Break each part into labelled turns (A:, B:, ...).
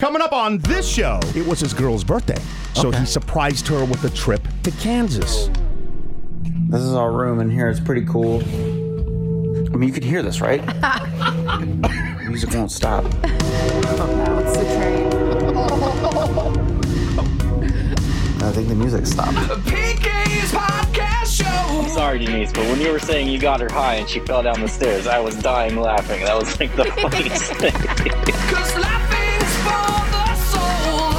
A: Coming up on this show,
B: It was his girl's birthday, so he surprised her with a trip to Kansas.
C: This is our room in here. It's pretty cool. I mean, you could hear this, right? Music won't stop.
D: No, it's the train.
C: I think the music stopped.
E: PK's podcast show.
F: Sorry, Denise, but when you were saying you got her high and she fell down the stairs, I was dying laughing. That was like the funniest thing.
E: Cause life is for the soul.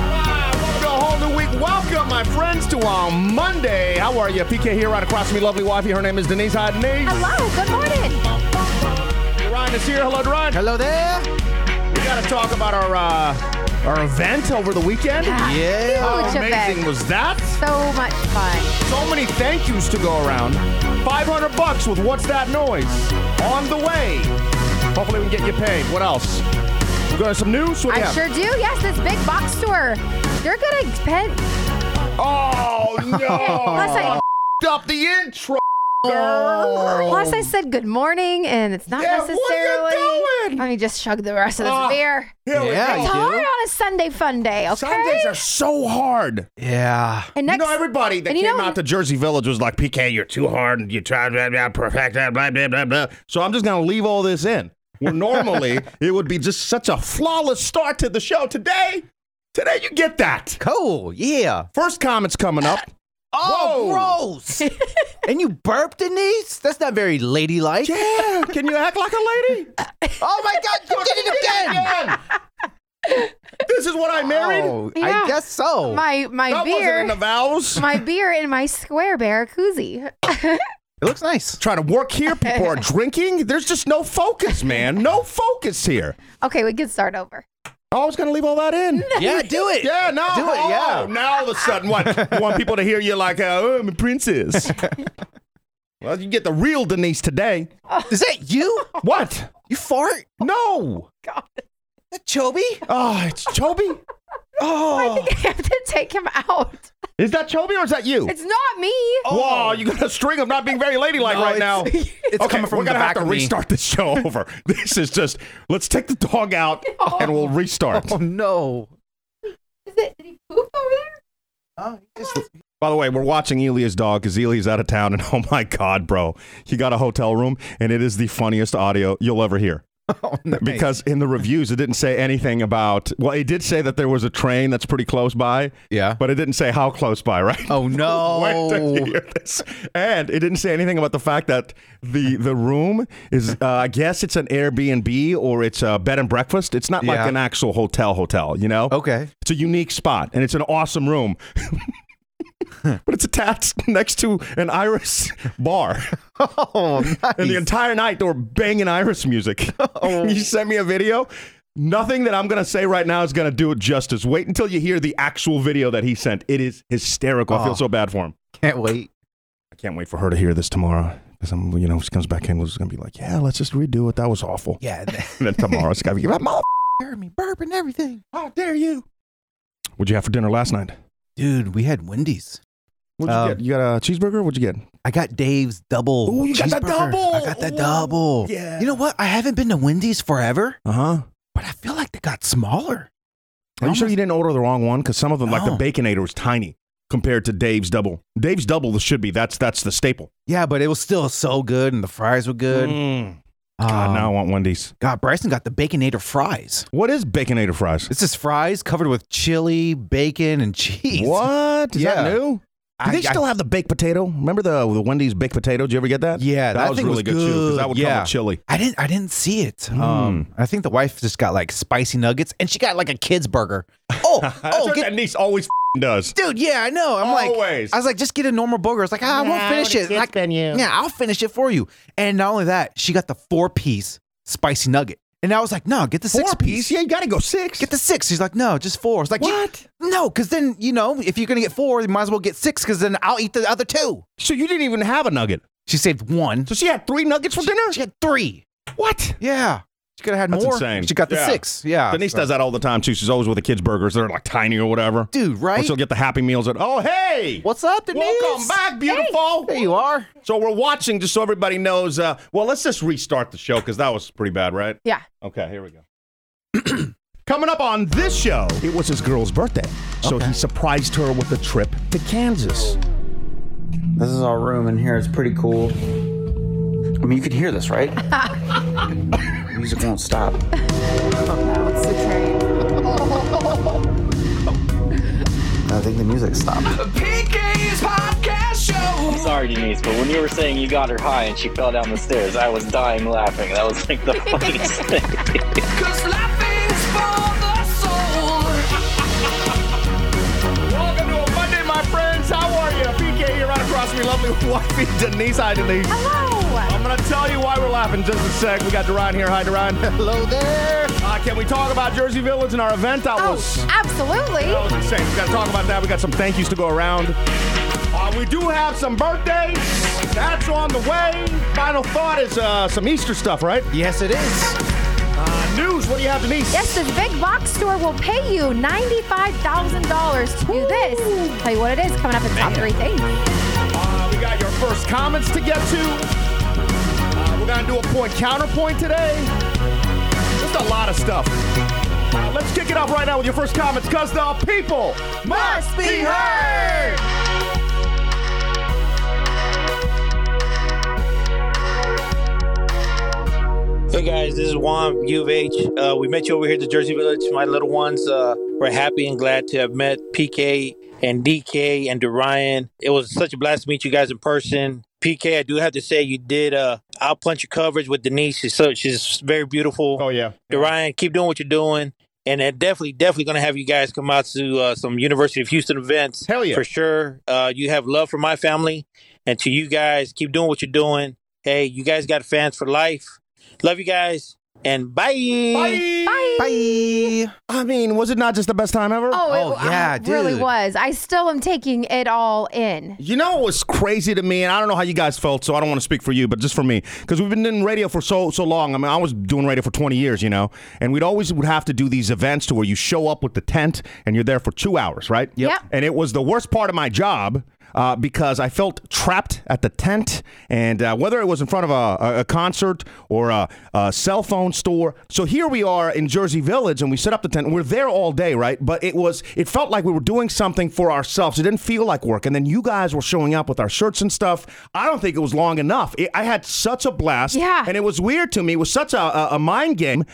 A: Ah, welcome to a whole new week. Welcome, my friends, to our Monday. How are you? PK here, right across from me, lovely wifey. Her name is Denise Hodney.
D: Hello, good morning.
A: Ryan is here. Hello, Ryan.
G: Hello there.
A: We got to talk about our uh, our event over the weekend.
G: Yeah.
A: How
D: Huge
A: amazing
D: event.
A: was that?
D: So much fun.
A: So many thank yous to go around. 500 bucks with What's That Noise on the way. Hopefully, we can get you paid. What else? We got some news? What do you
D: I
A: have?
D: sure do. Yes, this big box store. They're gonna spend.
A: Oh,
D: Plus,
A: no.
D: I,
A: up the intro.
D: plus I said good morning, and it's not
A: Yeah, what are you
D: necessarily.
A: doing?
D: Let me just chug the rest of this
A: Ah.
D: beer.
A: Here we
G: Yeah,
A: go.
G: you
D: It's
G: do.
D: hard on a Sunday fun day. Okay.
A: Sundays are so hard.
G: Yeah.
D: and next,
A: you know, everybody that
D: and you
A: came
D: know-
A: out to Jersey Village was like, PK, you're too hard and you try blah, blah, perfect, blah, blah, blah, blah, blah. So I'm just going to leave all this in. Well, normally, it would be just such a flawless start to the show. Today, today you get that.
G: Cool. Yeah.
A: First comment's coming up.
G: Oh,
A: Whoa.
G: gross. and you burped, Denise? That's not very ladylike.
A: Yeah, can you act like a lady?
G: Oh my God, you did it again.
A: this is what I married?
G: Oh,
D: Yeah.
G: I guess so.
D: my my
A: that wasn't
D: beer,
A: in the vows.
D: my beer in my square bear koozie.
G: it looks nice.
A: Trying to work here, people are drinking. There's just no focus, man. No focus here.
D: Okay, we can start over.
A: Oh, I was gonna leave all that in.
G: Yeah, do it.
A: Yeah, no.
G: Do it,
A: oh,
G: yeah.
A: Now all of a sudden, what? You want people to hear you like, uh, oh, I'm a princess. well, you get the real Denise today.
G: Is that you?
A: What?
G: You fart?
A: No.
G: Is that Chobi?
A: Oh, it's Chobi.
G: Oh.
D: I have to take him out.
A: Is that Chobi or is that you?
D: It's not me.
G: Oh.
A: Whoa, you got a string of not being very ladylike
G: No,
A: right
G: it's-
A: now.
G: it's
A: okay,
G: coming from
A: we're
G: the
A: gonna
G: back
A: have
G: of
A: to
G: me.
A: restart this show over. This is just let's take the dog out and we'll restart.
G: Oh no.
D: Is it, did he poop over there?
G: Oh, just,
A: By the way, we're watching Elia's dog because Elia's out of town, and oh my god, bro, he got a hotel room, and it is the funniest audio you'll ever hear.
G: oh, nice.
A: Because in the reviews, it didn't say anything about. Well, it did say that there was a train that's pretty close by,
G: Yeah.
A: but it didn't say how close by, right?
G: Oh
A: Wait till you
G: no.
A: hear this. And it didn't say anything about the fact that the the room is. Uh, I guess it's an Airbnb or it's a bed and breakfast. It's not like
G: Yeah.
A: an actual hotel hotel, you know?
G: Okay.
A: It's a unique spot, and it's an awesome room. but it's attached next to an Iris bar.
G: Oh, nice. Oh.
A: And the entire night they were banging Iris music. you sent me a video. Nothing that I'm going to say right now is going to do it justice. Wait until you hear the actual video that he sent. It is hysterical. I feel
G: Oh.
A: so bad for him.
G: Can't wait.
A: I can't wait for her to hear this tomorrow. Because I'm, you know, she comes back in, was going to be like, yeah, let's just redo it. That was awful.
G: Yeah.
A: And then tomorrow, it's got to be, mom,
G: Jeremy burp and everything.
A: how dare you? What'd you have for dinner last night?
G: Dude, we had Wendy's.
A: What'd you
G: Um,
A: get? You got a cheeseburger? What'd you get?
G: I got Dave's double.
A: Ooh, you got the
G: Oh, cheeseburger.
A: double.
G: I got the
A: Ooh,
G: double.
A: yeah.
G: You know what? I haven't been to Wendy's forever,
A: Uh huh.
G: but I feel like they got smaller.
A: Are you sure you didn't order the wrong one? Because some of them, like the
G: No.
A: Baconator, was tiny compared to Dave's Double. Dave's Double should be that's that's the staple.
G: Yeah, but it was still so good, and the fries were good.
A: Mm.
G: Um,
A: God, now I want Wendy's.
G: God, Bryson got the Baconator fries.
A: What is Baconator fries?
G: It's just fries covered with chili, bacon, and cheese.
A: What is that
G: Yeah.
A: new? Do
G: I-
A: they
G: I-
A: still have the baked potato? Remember the the Wendy's baked potato? Did you ever get that?
G: Yeah,
A: that,
G: that
A: was
G: thing was
A: really good, too. Because
G: good.
A: that would come
G: Yeah.
A: with chili. Hmm.
G: I didn't. I didn't see it. Um, I think the wife just got like spicy nuggets, and she got like a kid's burger. Oh,
A: That's
G: oh,
A: what
G: get,
A: that niece always f***ing does.
G: dude. Yeah, I know. I'm
A: Always.
G: like, I was like, just get a normal burger. It's like, ah, I won't finish it. Like, yeah, I'll finish it for you. And not only that, she got the four piece spicy nugget, and I was like, no, get the six
A: Four piece? Yeah, you got to go six.
G: Get the six. She's like, no, just four. It's like, you-
A: What?
G: no, because then you know if you're gonna get four, you might as well get six, because then I'll eat the other two.
A: so you didn't even have a nugget.
G: She saved one.
A: So she had three nuggets for dinner.
G: She had three.
A: what?
G: Yeah. She could have had
A: That's
G: more.
A: insane.
G: She got the
A: Yeah.
G: six. Yeah.
A: Denise does that all the time too. She's always with the kids' burgers. They're like tiny or whatever.
G: Dude,
A: Or
G: right?
A: she'll get the Happy Meals at, oh, hey!
G: What's up, Denise?
A: Welcome back, beautiful.
G: There you are.
A: So we're watching just so everybody knows. Uh, well, let's just restart the show because that was pretty bad, right?
D: Yeah.
A: Okay, here we go. Coming up on this show,
B: It was his girl's birthday, so he surprised her with a trip to Kansas.
C: This is our room in here. It's pretty cool. I mean, you could hear this, right? Music won't stop.
D: Oh, it's the train.
C: I think the music stopped.
E: PK's podcast show.
F: Sorry, Denise, but when you were saying you got her high and she fell down the stairs, I was dying laughing. That was like the funniest thing.
E: Cause life is for the soul.
A: welcome to a Monday, my friends. How are you? PK here right across me, lovely wifey Denise. Hi, Denise.
D: Hello.
A: I'm gonna tell you why we're laughing in just a sec. We got Duran here. Hi, Duran. Hello there. Uh, can we talk about Jersey Village and our event? That
D: Oh,
A: was That
D: absolutely.
A: was insane. We got to talk about that. We got some thank yous to go around. Uh, we do have some birthdays. That's on the way. Final thought is uh, some Easter stuff, right?
G: Yes, it is.
A: Uh, news. What do you have, Denise?
D: Yes, this big box store will pay you $95,000 to do this. Tell you what it is coming up in top three things.
A: Uh, we got your first comments to get to. Uh, we're gonna do a point counterpoint today. Just a lot of stuff. Uh, let's kick it off right now with your first comments, cause the people must be heard.
H: Hey guys, this is Juan U of H. Uh, we met you over here at the Jersey Village. My little ones, uh, we're happy and glad to have met PK and DK and Dorian. It was such a blast to meet you guys in person. PK, I do have to say you did uh, out punch your coverage with Denise. She's so she's very beautiful.
A: Oh yeah.
H: Dorian, keep doing what you're doing. And uh, definitely, definitely going to have you guys come out to uh, some University of Houston events.
A: Hell yeah.
H: For sure. Uh, you have love for my family. And to you guys, keep doing what you're doing. Hey, you guys got fans for life. Love you guys. And bye.
D: Bye.
G: Bye.
A: I mean, was it not just the best time ever?
D: Oh,
G: Oh,
D: it,
G: yeah,
D: it really
G: dude.
D: was. I still am taking it all in.
A: You know what was crazy to me, and I don't know how you guys felt, so I don't want to speak for you, but just for me, because we've been doing radio for so so long. I mean, I was doing radio for 20 years, you know, and we'd always would have to do these events to where you show up with the tent and you're there for two hours, right?
D: Yep. Yep.
A: And it was the worst part of my job. Uh, because I felt trapped at the tent, and uh, whether it was in front of a, a- a concert or a, a cell phone store. So here we are in Jersey Village, and we set up the tent. and We're there all day, right? But it was it felt like we were doing something for ourselves. It didn't feel like work. And then you guys were showing up with our shirts and stuff. I don't think it was long enough. It, I had such a blast.
D: Yeah.
A: And it was weird to me. It was such a, a, a mind game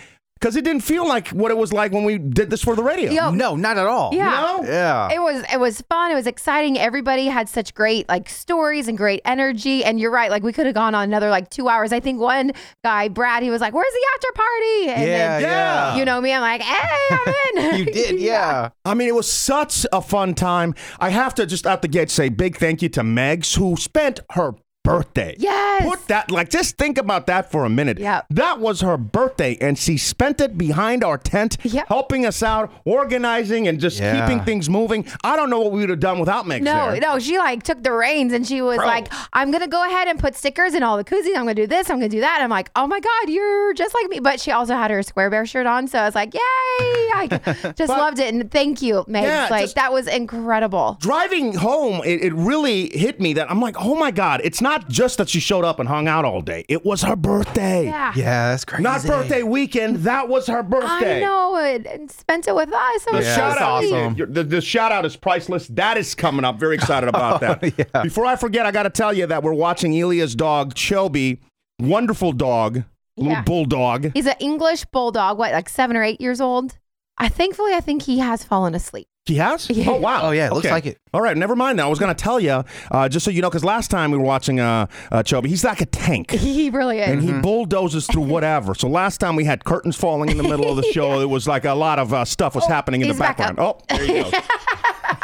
A: because it didn't feel like what it was like when we did this for the radio.
D: Yo,
G: No, not at all.
D: yeah.
G: Yeah.
D: It was it was fun. It was exciting. Everybody had such great like stories and great energy. And you're right, like we could have gone on another like two hours. I think one guy, Brad, he was like, "Where's the after party?" And
G: yeah,
D: then,
G: yeah.
D: you know me, I'm like, "Hey, I'm in."
G: You did, yeah.
A: I mean, it was such a fun time. I have to just out the gate say big thank you to Megs who spent her birthday.
D: Yes.
A: Put that like just think about that for a minute.
D: Yep.
A: That was her birthday and she spent it behind our tent
D: Yep.
A: helping us out, organizing and just
G: Yeah.
A: keeping things moving. I don't know what we would have done without Megs
D: No,
A: there.
D: no, she like took the reins and she was
A: Bro.
D: like, I'm gonna go ahead and put stickers in all the koozies. I'm gonna do this, I'm gonna do that. I'm like, oh my god, you're just like me. But she also had her square bear shirt on, so I was like, yay! I just loved it. And thank you, Meg.
A: Yeah,
D: like
A: just-
D: that was incredible.
A: driving home, it, it really hit me that I'm like, oh my God, it's not just that she showed up and hung out all day. It was her birthday.
D: Yeah.
G: Yeah, that's crazy.
A: Not birthday weekend. That was her birthday.
D: I know it and spent it with us. It
A: The
D: was so
A: shout out,
D: sweet.
G: awesome.
A: your- the, the shout out is priceless. That is coming up. Very excited about that.
G: Oh, yeah.
A: Before I forget, I got to tell you that we're watching Elia's dog, Chobi. Wonderful dog,
D: Yeah.
A: little bulldog.
D: He's an English bulldog, what, like seven or eight years old? I thankfully I think he has fallen asleep.
A: He has?
D: Yeah.
A: Oh wow!
G: Oh, yeah, it looks
A: Okay.
G: like it.
A: All right, never mind. Now I was gonna tell you, uh, just so you know, because last time we were watching uh, uh, Chobi, he's like a tank.
D: He really is.
A: and
G: Mm-hmm.
A: he bulldozes through whatever. So last time we had curtains falling in the middle of the show, it was like a lot of uh, stuff was happening in the
D: he's back
A: background. oh, there you go.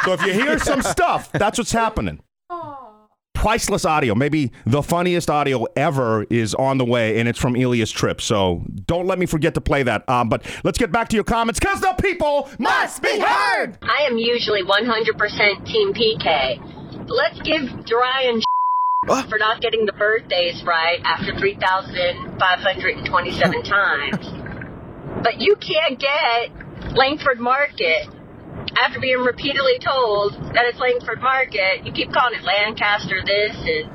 A: so if you hear some stuff, that's what's happening. Priceless audio, maybe the funniest audio ever, is on the way, and it's from Elias Trip. So don't let me forget to play that. Um, but let's get back to your comments, cause the people must be heard.
I: I am usually 100% Team PK. Let's give Dorian for not getting the birthdays right after 3,527 times. But you can't get Langford Market after being repeatedly told that it's Langford Market. You keep calling it Lancaster this and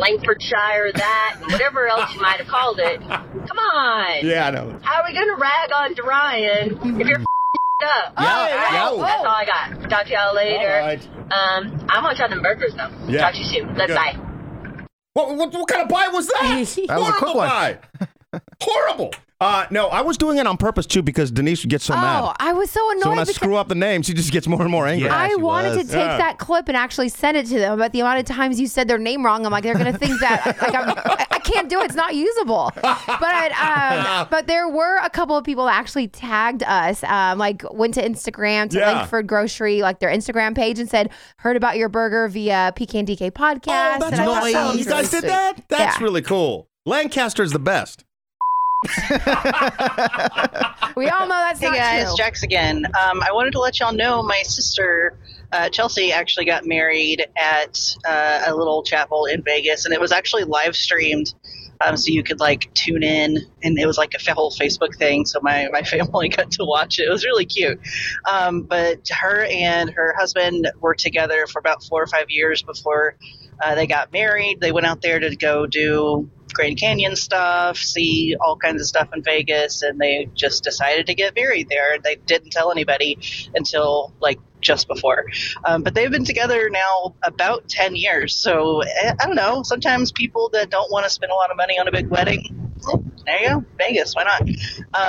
I: Langfordshire that and whatever else you might have called it. Come on.
A: Yeah, I know.
I: How are we going to rag on Dorian if you're up?
A: Yeah,
I: Oh, All
A: yeah.
I: That's all I got. Talk to y'all later.
A: All right.
I: Um, I'm going to try them burgers, though.
A: Yeah.
I: Talk to you soon. Let's
A: Good.
I: bye.
A: What, what, what kind of buy was that?
G: That was a quick one.
A: buy. Horrible. Uh, no, I was doing it on purpose too because Denise gets so
D: Oh,
A: mad.
D: I was so annoyed
A: So when I
D: because
A: screw up the name, she just gets more and more angry.
G: Yeah.
D: I
G: she
D: wanted to
G: was.
D: take
A: Yeah.
D: that clip and actually send it to them. But the amount of times you said their name wrong, I'm like, they're gonna think that like I'm, I, I can't do it. It's not usable. But um, but there were a couple of people that actually tagged us, um, like went to Instagram to
A: Yeah.
D: Langford Grocery, like their Instagram page, and said heard about your burger via PK and DK podcast.
A: Oh,
D: and
A: that's
D: I thought that
A: awesome.
D: was
A: You
D: really
A: guys did
D: sweet.
A: that? That's
D: Yeah.
A: really cool. Lancaster is the best.
D: We all know that's
J: Hey
D: not
J: guys,
D: true.
J: Jax again. Um, I wanted to let y'all know my sister uh, Chelsea actually got married at uh, a little chapel in Vegas, and it was actually live streamed, um, so you could like tune in, and it was like a fa- whole Facebook thing. So my my family got to watch it. It was really cute. Um, but her and her husband were together for about four or five years before uh, they got married. They went out there to go do Grand Canyon stuff, see all kinds of stuff in Vegas, and they just decided to get married there. They didn't tell anybody until like just before. Um, but they've been together now about 10 years. So eh, I don't know. Sometimes people that don't want to spend a lot of money on a big wedding, oh, there you go, Vegas, why not?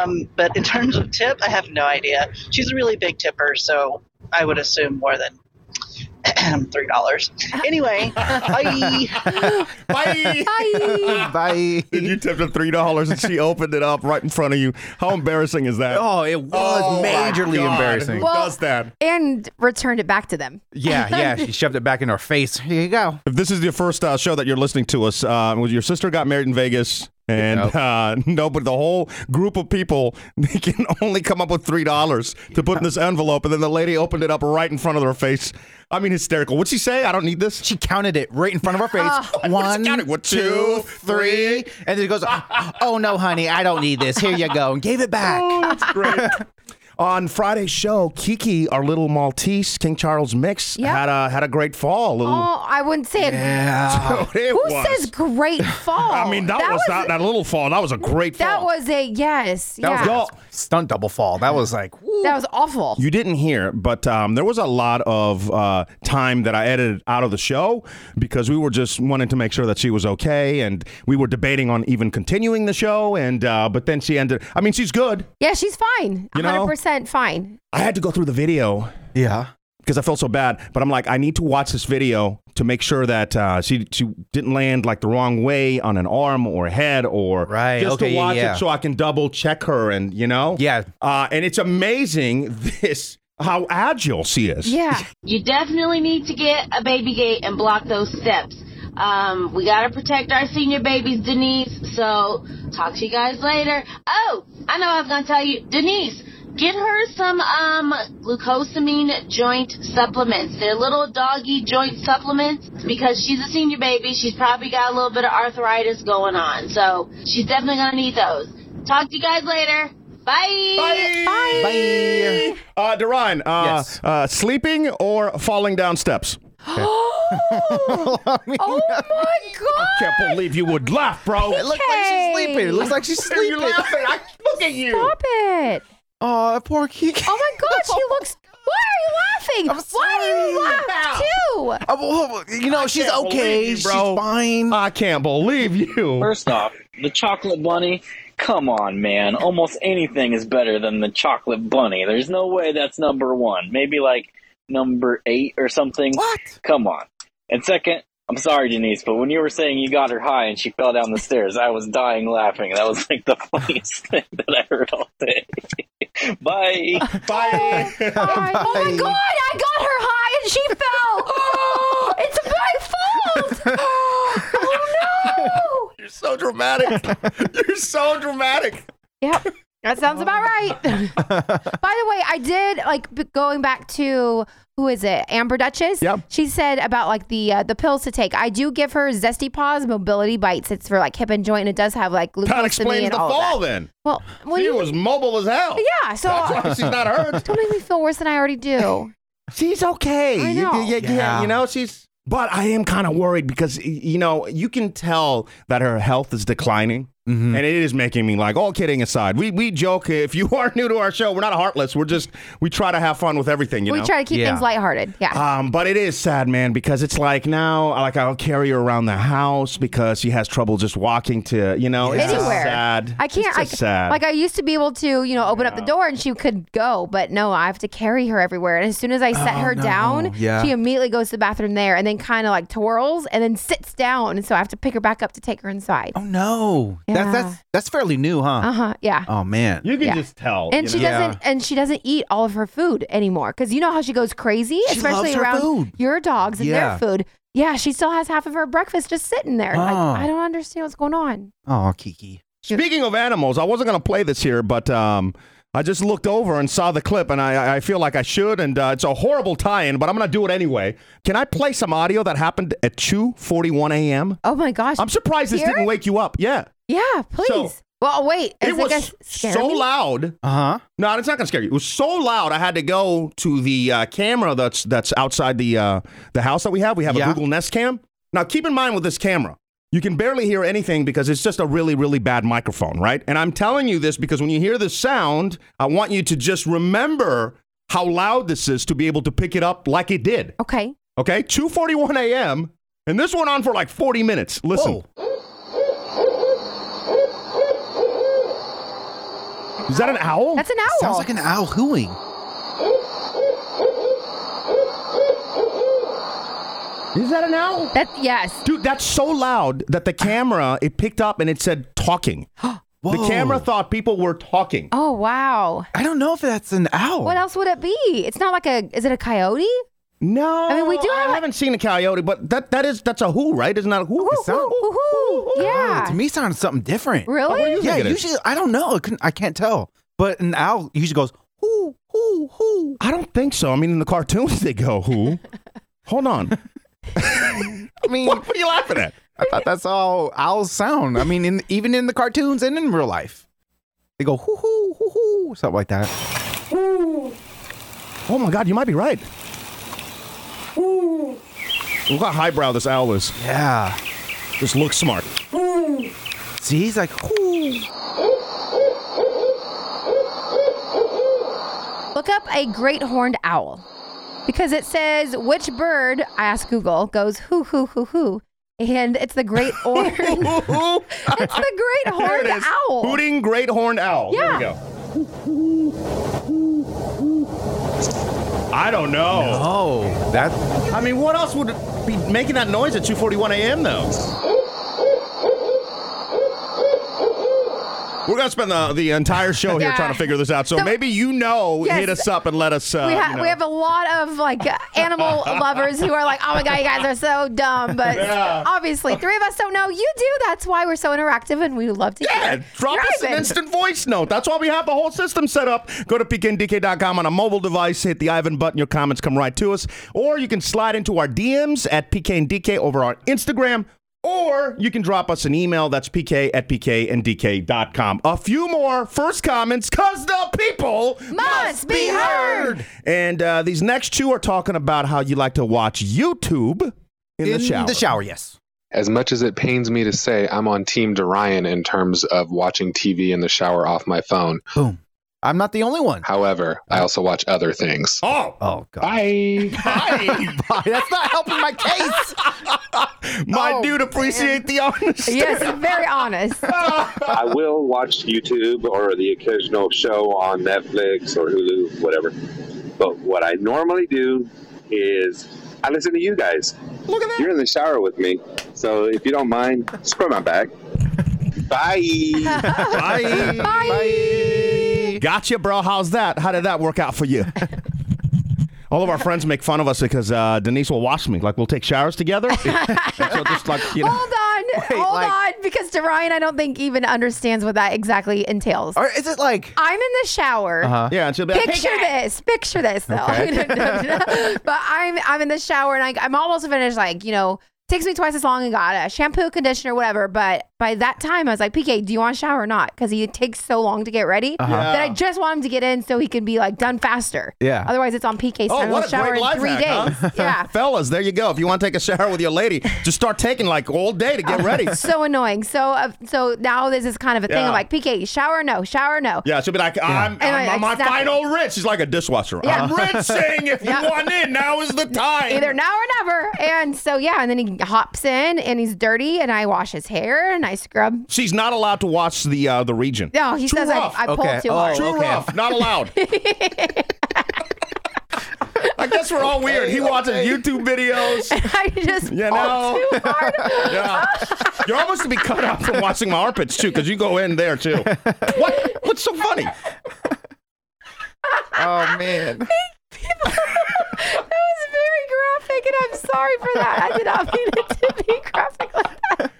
J: Um, but in terms of tip, I have no idea. She's a really big tipper, so I would assume more than. $3. Anyway, bye.
A: Bye.
D: Hi.
G: Bye.
A: Did you tipped her three dollars and she opened it up right in front of you? How embarrassing is that?
G: Oh, it was
A: Oh, my
G: majorly
A: God.
G: embarrassing.
A: Who
D: Well-
A: does that?
D: And returned it back to them.
G: Yeah, yeah. She shoved it back in our face. Here you go.
A: If this is your first uh, show that you're listening to us, uh, your sister got married in Vegas. And
G: Nope.
A: uh, no, but the whole group of people they can only come up with three dollars to put in this envelope, and then the lady opened it up right in front of her face. I mean, hysterical. What'd she say? I don't need this.
G: She counted it right in front of our
D: Ah.
G: face. One,
A: counting? What, two,
G: two, three. And then it goes, oh, no, honey, I don't need this. Here you go. And gave it back.
A: Oh, That's great. On Friday's show, Kiki, our little Maltese King Charles mix,
D: Yep.
A: had a had a great fall. A little,
D: Oh, I wouldn't say it.
A: It
D: Who
A: was.
D: says great fall?
A: I mean, that, was, not that little fall. That was a great
D: That
A: fall.
D: was a yes.
G: That
D: yeah.
G: was y'all stunt double fall. That was like, woo.
D: That was awful.
A: You didn't hear, but um, there was a lot of uh, time that I edited out of the show because we were just wanting to make sure that she was okay, and we were debating on even continuing the show. And uh, but then she ended. I mean, she's good.
D: yeah, she's fine.
A: You know?
D: 100% fine.
A: I had to go through the video
G: yeah.
A: because I felt so bad. But I'm like, I need to watch this video to make sure that uh, she she didn't land like the wrong way on an arm or head or
G: Right,
A: Just
G: okay,
A: to
G: yeah,
A: watch
G: yeah.
A: it so I can double check her and you know
G: Yeah.
A: Uh, and it's amazing this how agile she is.
D: Yeah.
I: You definitely need to get a baby gate and block those steps. Um, we gotta protect our senior babies, Denise. So talk to you guys later. Oh, I know I was gonna tell you, Denise. Get her some um, glucosamine joint supplements. They're little doggy joint supplements because she's a senior baby. She's probably got a little bit of arthritis going on. So she's definitely going to need those. Talk to you guys later. Bye.
G: Bye.
A: Bye. Uh, Duran, uh,
G: Yes.
A: uh, sleeping or falling down steps?
D: Oh my God.
A: Can't believe you would laugh, bro.
G: It looks like she's
D: Okay.
G: sleeping. It looks like she's
A: You're
G: sleeping.
A: laughing. I, look at you.
D: Stop it.
G: Oh, poor Kiki.
D: Oh my God. She looks. Why are you laughing?
G: I'm
D: Why do you laugh too?
G: Oh, well, well, you know, she's
A: can't
G: okay.
A: believe you,
G: she's
A: bro.
G: fine.
A: I can't believe you.
F: First off, the chocolate bunny. Come on, man. Almost anything is better than the chocolate bunny. There's no way that's number one. Maybe like number eight or something.
G: What?
F: Come on. And second, I'm sorry, Denise, but when you were saying you got her high and she fell down the stairs, I was dying laughing. That was like the funniest thing that I heard all day. Bye.
A: Bye.
D: Oh my God. I got her high and she
A: Oh.
D: fell. it's my fault. Oh no.
A: You're so dramatic. You're so dramatic.
D: Yep. That sounds about right. By the way, I did like b- going back to who is it? Amber Duchess. Yep. She said about like the uh, the pills to take. I do give her Zesty Paws Mobility Bites. It's for like hip and joint, and it does have like glucosamine
A: That explains
D: and
A: the
D: all of that.
A: fall then.
D: Well,
A: she was mobile as hell.
D: Yeah, so
A: That's why she's not hurt.
D: Don't make me feel worse than I already do.
A: She's okay.
D: I
A: You-
D: know.
A: you- you-
D: Yeah.
A: you know, she's. But I am kind of worried because y- you know you can tell that her health is declining, and it is making me like. All kidding aside, we we joke. If you are new to our show, we're not heartless. We're just we try to have fun with everything. You
D: we
A: know,
D: try to keep things lighthearted. Yeah.
A: Um, but it is sad, man, because it's like now, like I'll carry her around the house because she has trouble just walking to, you know, Oh, it's just
D: Anywhere.
A: sad.
D: I can't.
A: It's just
D: I,
A: sad.
D: Like I used to be able to, you know, open up the door and she could go, but no, I have to carry her everywhere. And as soon as I set
A: Oh,
D: her
A: no.
D: down,
A: Yeah.
D: she immediately goes to the bathroom there and then kind of like twirls and then sits down. And so I have to pick her back up to take her inside. Oh
G: No,
D: Yeah.
G: that's that's that's fairly new, huh?
D: Uh huh. Yeah.
G: Oh man,
A: you
D: can Yeah. just
A: tell.
D: and she doesn't and she doesn't eat all of her food anymore because you know how she goes crazy
G: She loves
D: especially
G: her
D: around
G: food.
D: your dogs and
G: Yeah.
D: their food yeah she still has half of her breakfast just sitting there like
A: Oh.
D: i don't understand what's going on
A: Oh, Kiki. Speaking of animals, I wasn't going to play this here, but um, I just looked over and saw the clip, and I- I, I feel like I should, and uh, it's a horrible tie-in, but I'm going to do it anyway. Can I play some audio that happened at 2:41 a.m.?
D: Oh my gosh!
A: I'm surprised this
D: Here?
A: didn't wake you up. Yeah.
D: yeah please well wait is
A: It was
D: gonna scare
A: so
D: me?
A: loud. Uh huh. No, it's not gonna scare you. It was so loud. I had to go to the uh, camera that's that's outside the uh, the house that we have. We have a Google Nest Cam. Now, keep in mind with this camera, you can barely hear anything because it's just a really really bad microphone, right? And I'm telling you this because when you hear the sound, I want you to just remember how loud this is to be able to pick it up like it did.
D: Okay.
A: Okay. 2:41 a.m. And this went on for like 40 minutes. Listen. Is that an owl?
D: That's an owl.
G: Sounds like an owl hooing.
A: Is that an owl?
D: That yes.
A: Dude, that's so loud that the camera it picked up and it said talking. The camera thought people were talking.
D: oh wow
G: I don't know if that's an owl.
D: what else would it be it's not like a is it a coyote
A: No.
D: i mean we do
A: I
D: have
A: haven't seen a coyote, but that that is that's a who, right? Isn't that a who? It sound-
D: yeah
G: to me, sounds something different.
D: Really?
A: Oh,
D: What do you
G: yeah.
D: think it is?
G: Usually, I don't know. I, couldn't- I can't tell. But an owl usually goes hoo hoo hoo.
A: I don't think so. I mean, in the cartoons they go who. Hold on.
G: I mean, what,
A: are you laughing at?
G: I thought that's all owls sound. I mean, in, even in the cartoons and in real life, they go hoo hoo hoo hoo something like that.
A: Oh my god, you might be right. Look how highbrow this owl is.
G: Yeah.
A: Just look smart.
G: See, he's like hoo.
D: Look up a great horned owl because it says which bird, I asked Google, goes hoo hoo hoo hoo. And it's the great horned. it's
A: There
D: the great
A: it
D: horned
A: is.
D: owl.
A: Hooting great horned owl.
D: Yeah.
A: There we go. I don't know.
G: Oh, that.
A: I mean, what else would be making that noise at 2:41 a.m. though? We're gonna spend the, the entire show here
D: Yeah.
A: trying to figure this out. So,
D: So-
A: maybe you know,
D: Yes.
A: hit us up and let us. Uh,
D: we, ha-
A: you know.
D: we have a lot of like animal lovers who are like, oh my God, you guys are so dumb. But
A: Yeah.
D: obviously, three of us don't know. You do. That's why we're so interactive and we love to
A: Yeah,
D: hear.
A: drop
D: your
A: us an
D: opinion.
A: instant voice note. That's why we have the whole system set up. Go to pkndk.com on a mobile device, hit the Ivan button, your comments come right to us. Or you can slide into our DMs at pkndk over on Instagram. Or you can drop us an email. That's pk at pkndk.com. A few more first comments, because the people
D: Must be heard.
A: And uh, these next two are talking about how you like to watch YouTube in, the
K: In
A: shower.
K: the shower,
G: yes.
K: As much as it pains me to say, I'm on Team DeRyan in terms of watching TV in the shower off my phone.
G: Boom. I'm not the only one. Uh,
K: However, I also watch other things.
A: Oh.
G: Oh God.
K: Bye.
G: Bye. That's not helping my case. Oh,
A: My dude, appreciate the honesty.
D: Yes, very honest.
A: Oh,
L: I will watch YouTube or the occasional show on Netflix or Hulu, whatever. But what I normally do is I listen to you guys.
A: Look at that.
L: You're in the shower with me. So if you don't mind, scrub my back. Bye.
A: Bye. Bye. Gotcha, bro. How's that? How did that work out for you? All of our friends make fun of us because uh, Denise will wash me. Like we'll take showers together. And she'll just like you know.
D: Hold Hold on, because Ryan, I don't think even understands what that exactly entails.
G: Or is it like
D: I'm in the shower?
A: Uh-huh. Yeah, and she'll be like,
D: picture this, picture this though.
A: Okay.
D: but I'm I'm in the shower and I, I'm almost finished. Like you know, takes me twice as long and got a shampoo, conditioner, whatever. But by that time, I was like, PK, do you want to shower or not? Because he takes so long to get ready
G: Uh-huh.
D: that I
G: Yeah.
D: just want him to get in so he can be like done faster.
A: Yeah.
D: Otherwise, it's on PK's
A: Oh,
D: time.
A: what
D: He'll
A: a
D: shower
A: great
D: in
A: life
D: three
A: hack,
D: days.
A: huh?
D: Yeah.
A: Fellas, there you go. If you want to take a shower with your lady, just start taking like all day to get ready.
D: so annoying. So uh, so now this is kind of a thing.
A: Yeah.
D: I'm like, PK, shower or no, shower or no.
A: Yeah, she'll be like, I'm,
D: And
A: I'm
D: I-
A: on my
D: exactly.
A: final rinse. She's like a dishwasher.
D: Yeah.
A: I'm rinsing. If
D: Yeah.
A: you want in, now is the time.
D: Either now or never. And so yeah, and then he hops in and he's dirty and I wash his hair and I scrub.
A: She's not allowed to watch the uh, the region.
D: No, he
A: Too
D: says I,
A: rough.
D: I pulled
A: Oh,
D: too hard.
A: Too rough. Not allowed. I guess we're all weird. He watches YouTube videos.
D: I just
A: you know. yeah. You're almost to be cut off from watching my armpits too, because you go in there too. What? What's so funny?
G: Oh man.
D: that was very graphic, and I'm sorry for that. I did not mean it to be graphic like that.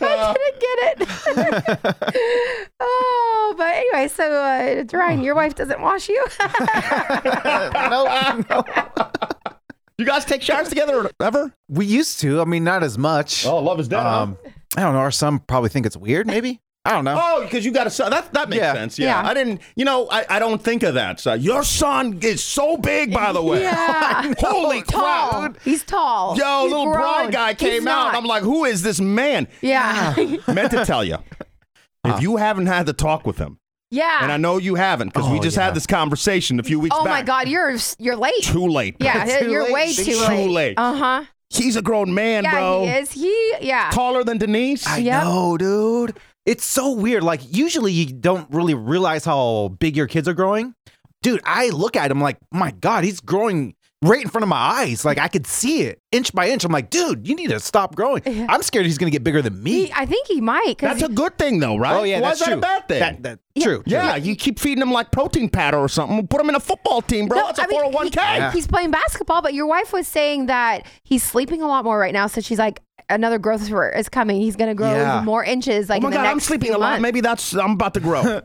D: I didn't get it. oh, but anyway, so uh, Ryan, your wife doesn't wash you.
G: no,
A: You guys take showers together ever?
G: We used to. I mean, not as much. Oh,
A: love is dead.
G: Um, I don't know. Or some probably think it's weird. Maybe I don't know.
A: Oh, because you got a son. That that makes
G: Yeah.
A: sense. Yeah.
G: Yeah.
A: I didn't. You know, I, I don't think of that. So your son is so big, by the way.
D: Yeah.
A: Holy
D: tall.
A: crap!
D: He's tall.
A: Yo,
D: He's
A: little brown
D: grown.
A: guy
D: He's
A: came out.
D: not.
A: I'm like, who is this man?
D: Yeah.
A: Meant to tell you. If you haven't had the talk with him,
D: yeah.
A: and I know you haven't, because
G: Oh,
A: we just had this conversation a few weeks
D: oh
A: back.
D: my God, you're you're late.
A: Too late.
D: Yeah, you're way too, late. Uh huh.
A: He's a grown man,
D: yeah,
A: bro.
D: he is. He yeah.
A: Taller than Denise.
G: I know, dude. It's so weird. Like usually you don't really realize how big your kids are growing. Dude, I look at him like, my God, he's growing right in front of my eyes. Like I could see it inch by inch. I'm like, dude, you need to stop growing. I'm scared he's gonna get bigger than me.
D: He, I think he might. 'cause
A: That's a good thing, though, right?
G: Oh, yeah,
A: Why
G: that's
A: is that a
G: true.
A: bad thing?
G: That- that- Yeah. true,
A: Yeah,
G: true.
A: you keep feeding him like protein powder or something. Put him in a football team, bro.
D: No,
A: That's a
D: I mean,
A: 401k.
D: he- He's playing basketball, but your wife was saying that he's sleeping a lot more right now. So she's like, another growth spurt is coming. He's going to grow
A: Yeah.
D: even more inches.
A: oh
D: Like,
A: my
D: in the
A: god,
D: next
A: I'm sleeping
D: few
A: a lot.
D: months.
A: Maybe that's I'm about to grow. well,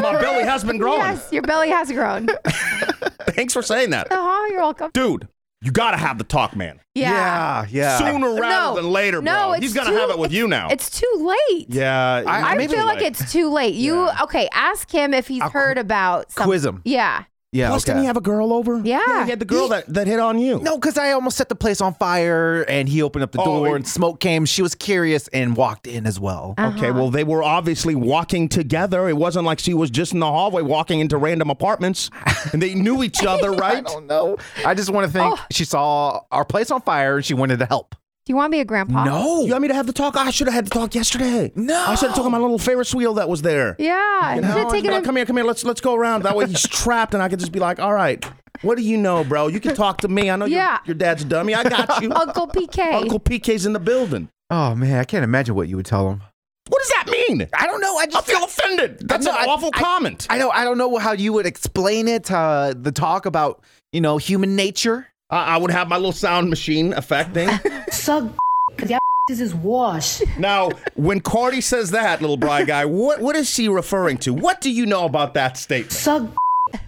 A: my belly has been growing.
D: Yes, your belly has grown. uh
A: Thanks for saying that,
D: huh. You're welcome.
A: dude. You gotta have the talk, man.
D: Yeah.
G: Yeah,
A: Sooner rather
D: No.
A: than later,
D: No,
A: bro.
D: it's
A: He's gonna
D: too-
A: have it with you now.
D: It's too late.
A: yeah,
D: I, feel like it's too late. You okay? Ask him if he's heard about something.
G: quiz him.
D: Yeah.
G: Yeah.
A: Plus, didn't he have a girl over?
D: Yeah.
A: he had the girl that, that hit on you.
G: No, because I almost set the place on fire and he opened up the
A: Oh,
G: door
A: he-
G: and smoke came. She was curious and walked in as well.
A: Okay, well, they were obviously walking together. It wasn't like she was just in the hallway walking into random apartments, and they knew each other, right? I don't
G: know. I just want to
D: Oh,
G: think Oh. she saw our place on fire and she wanted to help.
D: Do you want to be a grandpa?
G: No.
A: You want me to have the talk? I should have had the talk yesterday. Oh. No, I should have talked my little Ferris wheel that was there.
D: Yeah.
A: You
D: you should've
A: know,
D: taken
A: I'd be like,
D: him-
A: come here, come here. Let's let's go around. That way he's trapped, and I could just be like, all right, what do you know, bro? You can talk to me. I know your-
D: Yeah.
A: your, dad's a dummy. I got you.
D: Uncle PK.
A: Uncle PK's in the building.
G: Oh man, I can't imagine what you would tell him.
A: What does that mean?
G: I don't know. I just
A: feel offended. That's an awful comment.
G: I know. I don't know how you would explain it. Uh, the talk about you know human nature.
A: I, I would have my little sound machine effect thing.
M: Suck, because your is his wash.
A: Now, when Cardi says that, little bry guy, what what is she referring to? What do you know about that statement?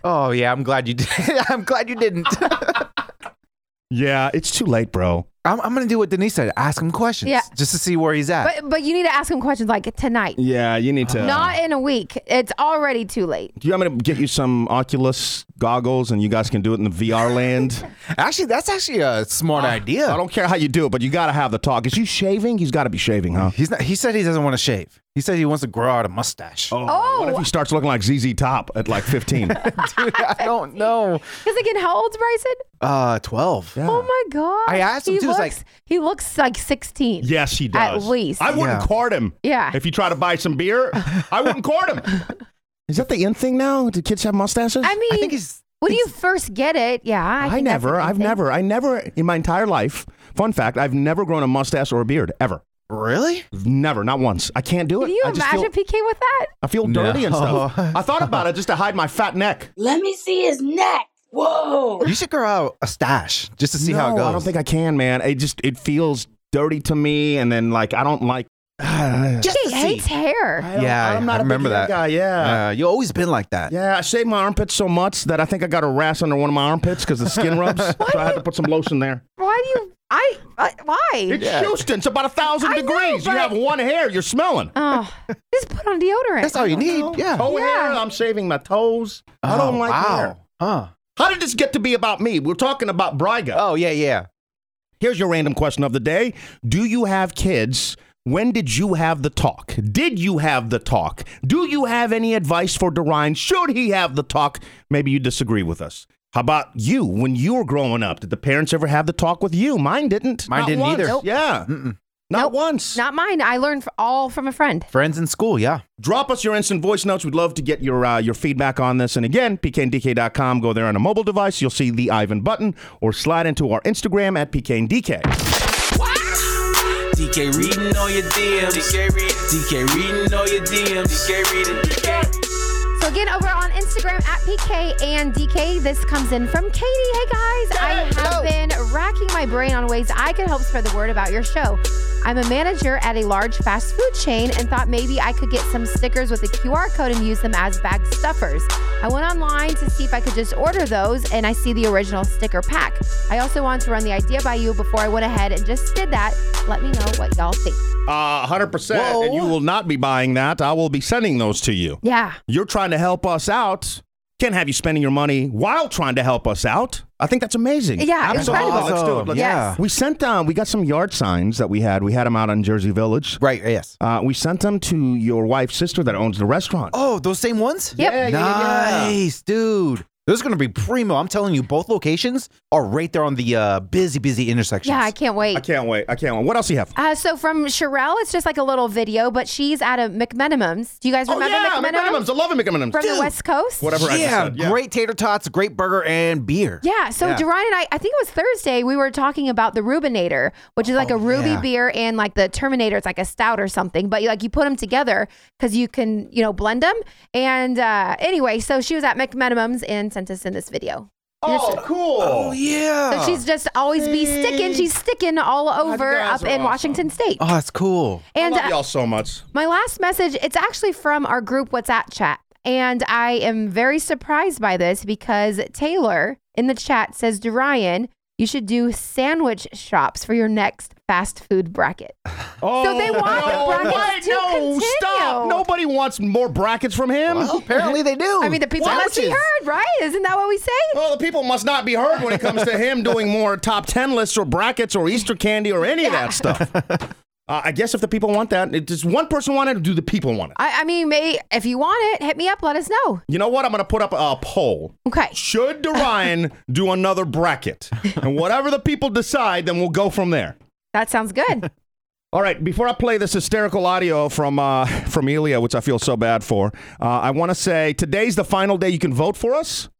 G: Oh yeah, I'm glad you did. I'm glad you didn't.
A: yeah, it's too late, bro.
G: I'm, I'm gonna do what Denise said. Ask him questions.
D: Yeah.
G: Just to see where he's at.
D: But but you need to ask him questions like tonight.
A: Yeah, you need to.
D: Not in a week. It's already too late.
A: do you want me to get you some Oculus goggles and you guys can do it in the VR land?
G: actually, that's actually a smart idea.
A: I don't care how you do it, but you got to have the talk. Is he shaving? He's got to be shaving, huh?
G: He's not. He said he doesn't want to shave. He said he wants to grow out a mustache.
A: Oh, what if he starts looking like ZZ Top at like 15?
G: dude, I don't know.
D: Because again, how old's Bryson?
G: Oh, Uh, twelve.
D: Oh my god.
G: I asked him
D: he
G: too, it's
D: Looks,
G: like-
D: he looks like sixteen.
A: Yes, he does.
D: At least.
A: I wouldn't card him.
D: Yeah.
A: If he tried to buy some beer, I wouldn't card him. Is that the end thing now? Do kids have mustaches?
D: I mean, when you first get it, yeah. I,
A: I
D: think that's
A: never,
D: a good
A: I've
D: thing.
A: never, I never in my entire life, fun fact, I've never grown a mustache or a beard ever.
G: Really?
A: Never, not once. I can't do it.
D: Can you
A: I just feel-
D: imagine PK with that?
A: I feel dirty and stuff.
G: No.
A: I thought about it just to hide my fat neck.
M: Let me see his neck. Whoa.
G: You should grow out a stash just to see how it
A: No,
G: goes.
A: I don't think I can, man. It just it feels dirty to me, and then like I don't like
D: Just
A: to
D: hates hair.
G: yeah,
A: I'm
G: I
A: not a big
G: remember
A: hair
G: that.
A: guy, yeah.
G: you always been like that.
A: Yeah, I shaved my armpits so much that I think I got a rash under one of my armpits because the skin rubs. so I had to put some lotion there.
D: Why do you? I uh, why?
A: It's Houston. It's about a thousand degrees. you have one hair. You're smelling.
D: Oh, just put on deodorant.
A: That's all you need. Yeah. Toe hair.
D: Yeah.
A: I'm shaving my toes. I don't like hair.
G: Huh.
A: How did this get to be about me? We're talking about Briga.
G: Oh, yeah, yeah.
A: Here's your random question of the day Do you have kids? When did you have the talk? Did you have the talk? Do you have any advice for Derine? Should he have the talk? Maybe you disagree with us. How about you? When you were growing up, did the parents ever have the talk with you? Mine didn't.
G: Mine
A: Not
G: didn't
A: once.
G: either.
A: Yeah. Not once.
D: Not mine. I learned f- all from a friend.
G: Friends in school, yeah.
A: Drop us your instant voice notes. We'd love to get your uh, your feedback on this. And again, pkndk.com. Go there on a mobile device. You'll see the Ivan button or slide into our Instagram at pkndk.
E: DK reading all your DMs. DK reading. DK reading all your DMs. DK reading.
D: So again, over on Instagram at PK and DK, this comes in from Katie. Hey guys, I have been racking my brain on ways I could help spread the word about your show. I'm a manager at a large fast food chain and thought maybe I could get some stickers with a QR code and use them as bag stuffers. I went online to see if I could just order those and I see the original sticker pack. I also want to run the idea by you before I went ahead and just did that. Let me know what y'all think.
A: Uh, 100%. And you will not be buying that. I will be sending those to you.
D: Yeah.
A: You're trying to help us out. Can't have you spending your money while trying to help us out. I think that's amazing.
D: Yeah,
A: Absolutely.
D: incredible.
A: Let's do it. Let's-
D: Yes.
A: We sent down, we got some yard signs that we had. We had them out in Jersey Village.
G: Right, yes.
A: Uh, we sent them to your wife's sister that owns the restaurant.
G: Oh, those same ones?
D: Yep. Yeah, yeah, yeah.
G: nice, dude. Those are gonna be primo. I'm telling you, both locations are right there on the uh, busy, busy intersection.
D: Yeah, I can't wait.
A: I can't wait. I can't wait. What else do you have?
D: Uh, so from Sherelle, it's just like a little video, but she's at a McMenimums. Do you guys
A: Oh,
D: remember
A: yeah,
D: McMenimums?
A: McMenimums. I love a McMenimums.
D: From
A: Dude.
D: the West Coast?
A: Whatever I just
G: yeah,
A: said, yeah.
G: great tater tots, great burger, and beer.
D: Yeah, so yeah. and I, I think it was Thursday, we were talking about the Rubinator, which is like
A: Oh,
D: a ruby
G: yeah.
D: beer and like the Terminator, it's like a stout or something, but you, like you put them together because you can, you know, blend them. And uh, anyway, so she was at McMenimums and sent us in this video.
A: Oh, cool. Oh,
G: yeah.
D: So she's just always be sticking. She's sticking all over
A: guys
D: up
A: are
D: in
A: awesome.
D: Washington State.
G: Oh, that's cool.
D: And,
A: I love
D: uh,
A: y'all so much.
D: My last message, it's actually from our group WhatsApp chat. And I am very surprised by this because Taylor in the chat says, Dorian, you should do sandwich shops for your next fast food bracket.
A: Oh,
D: so they want
A: no,
D: the brackets
A: wait,
D: to
A: no,
D: continue.
A: stop. Nobody wants more brackets from him.
G: Well, apparently they do.
D: I mean, the people must be heard, right? Isn't that what we say?
A: Well, the people must not be heard when it comes to him doing more top 10 lists or brackets or Easter candy or any of that stuff. Uh, I guess if the people want that, it, does one person want it or do the people want it?
D: I, I mean, may, if you want it, hit me up. Let us know.
A: You know what? I'm going to put up a poll.
D: Okay.
A: Should DeRyan do another bracket? And whatever the people decide, then we'll go from there.
D: That sounds good.
A: All right, before I play this hysterical audio from uh, from Elia, which I feel so bad for, uh, I want to say today's the final day you can vote for us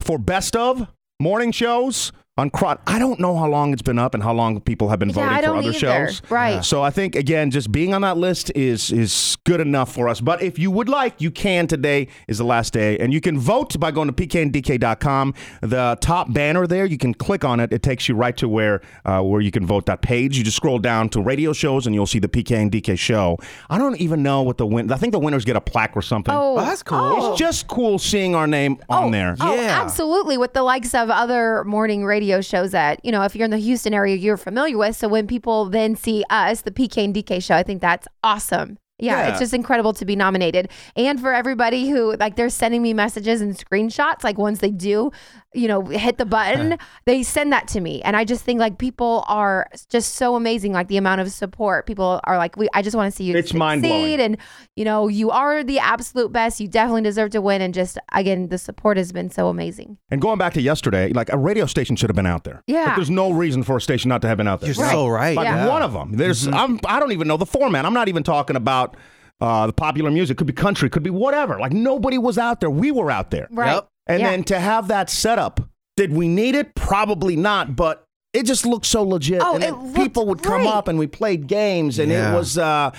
A: for best of morning shows on Crot. I don't know how long it's been up and how long people have been
D: Yeah,
A: voting
D: I
A: for
D: don't
A: other
D: either.
A: shows.
D: Right.
A: So I think again, just being on that list is is good enough for us. But if you would like, you can today is the last day, and you can vote by going to pkndk.com. The top banner there, you can click on it. It takes you right to where uh, where you can vote that page. You just scroll down to radio shows, and you'll see the PK and DK show. I don't even know what the win. I think the winners get a plaque or something.
D: Oh. Oh, that's cool. Oh.
A: It's just cool seeing our name on there.
D: Oh, absolutely. With the likes of other morning radio shows that, you know, if you're in the Houston area, you're familiar with. So when people then see us, the PK and DK show, I think that's awesome. Yeah,
N: Yeah.
D: it's just incredible to be nominated. And for everybody who, like, they're sending me messages and screenshots, like, once they do, you know, hit the button, they send that to me. And I just think, like, people are just so amazing. Like, the amount of support people are like, we, I just want to see you.
A: It's mind-blowing.
D: succeed and you know you are the absolute best you definitely deserve to win and just again the support has been so amazing
A: And going back to yesterday, like a radio station should have been out there.
D: Yeah.
A: Like, there's no reason for a station not to have been out there.
G: You're so right,
A: Like
G: yeah. Mm-hmm.
A: one of them. There's I'm, I don't even know the format. I'm not even talking about uh, the popular music. Could be country. Could be whatever. Like nobody was out there. We were out there.
D: Right. Yep.
A: And
D: Yeah.
A: then to have that setup, did we need it? Probably not. But it just looked so legit.
D: Oh,
A: and
D: it
A: then
D: looked
A: people would come
D: great.
A: up and we played games and
G: Yeah.
A: it was. Uh,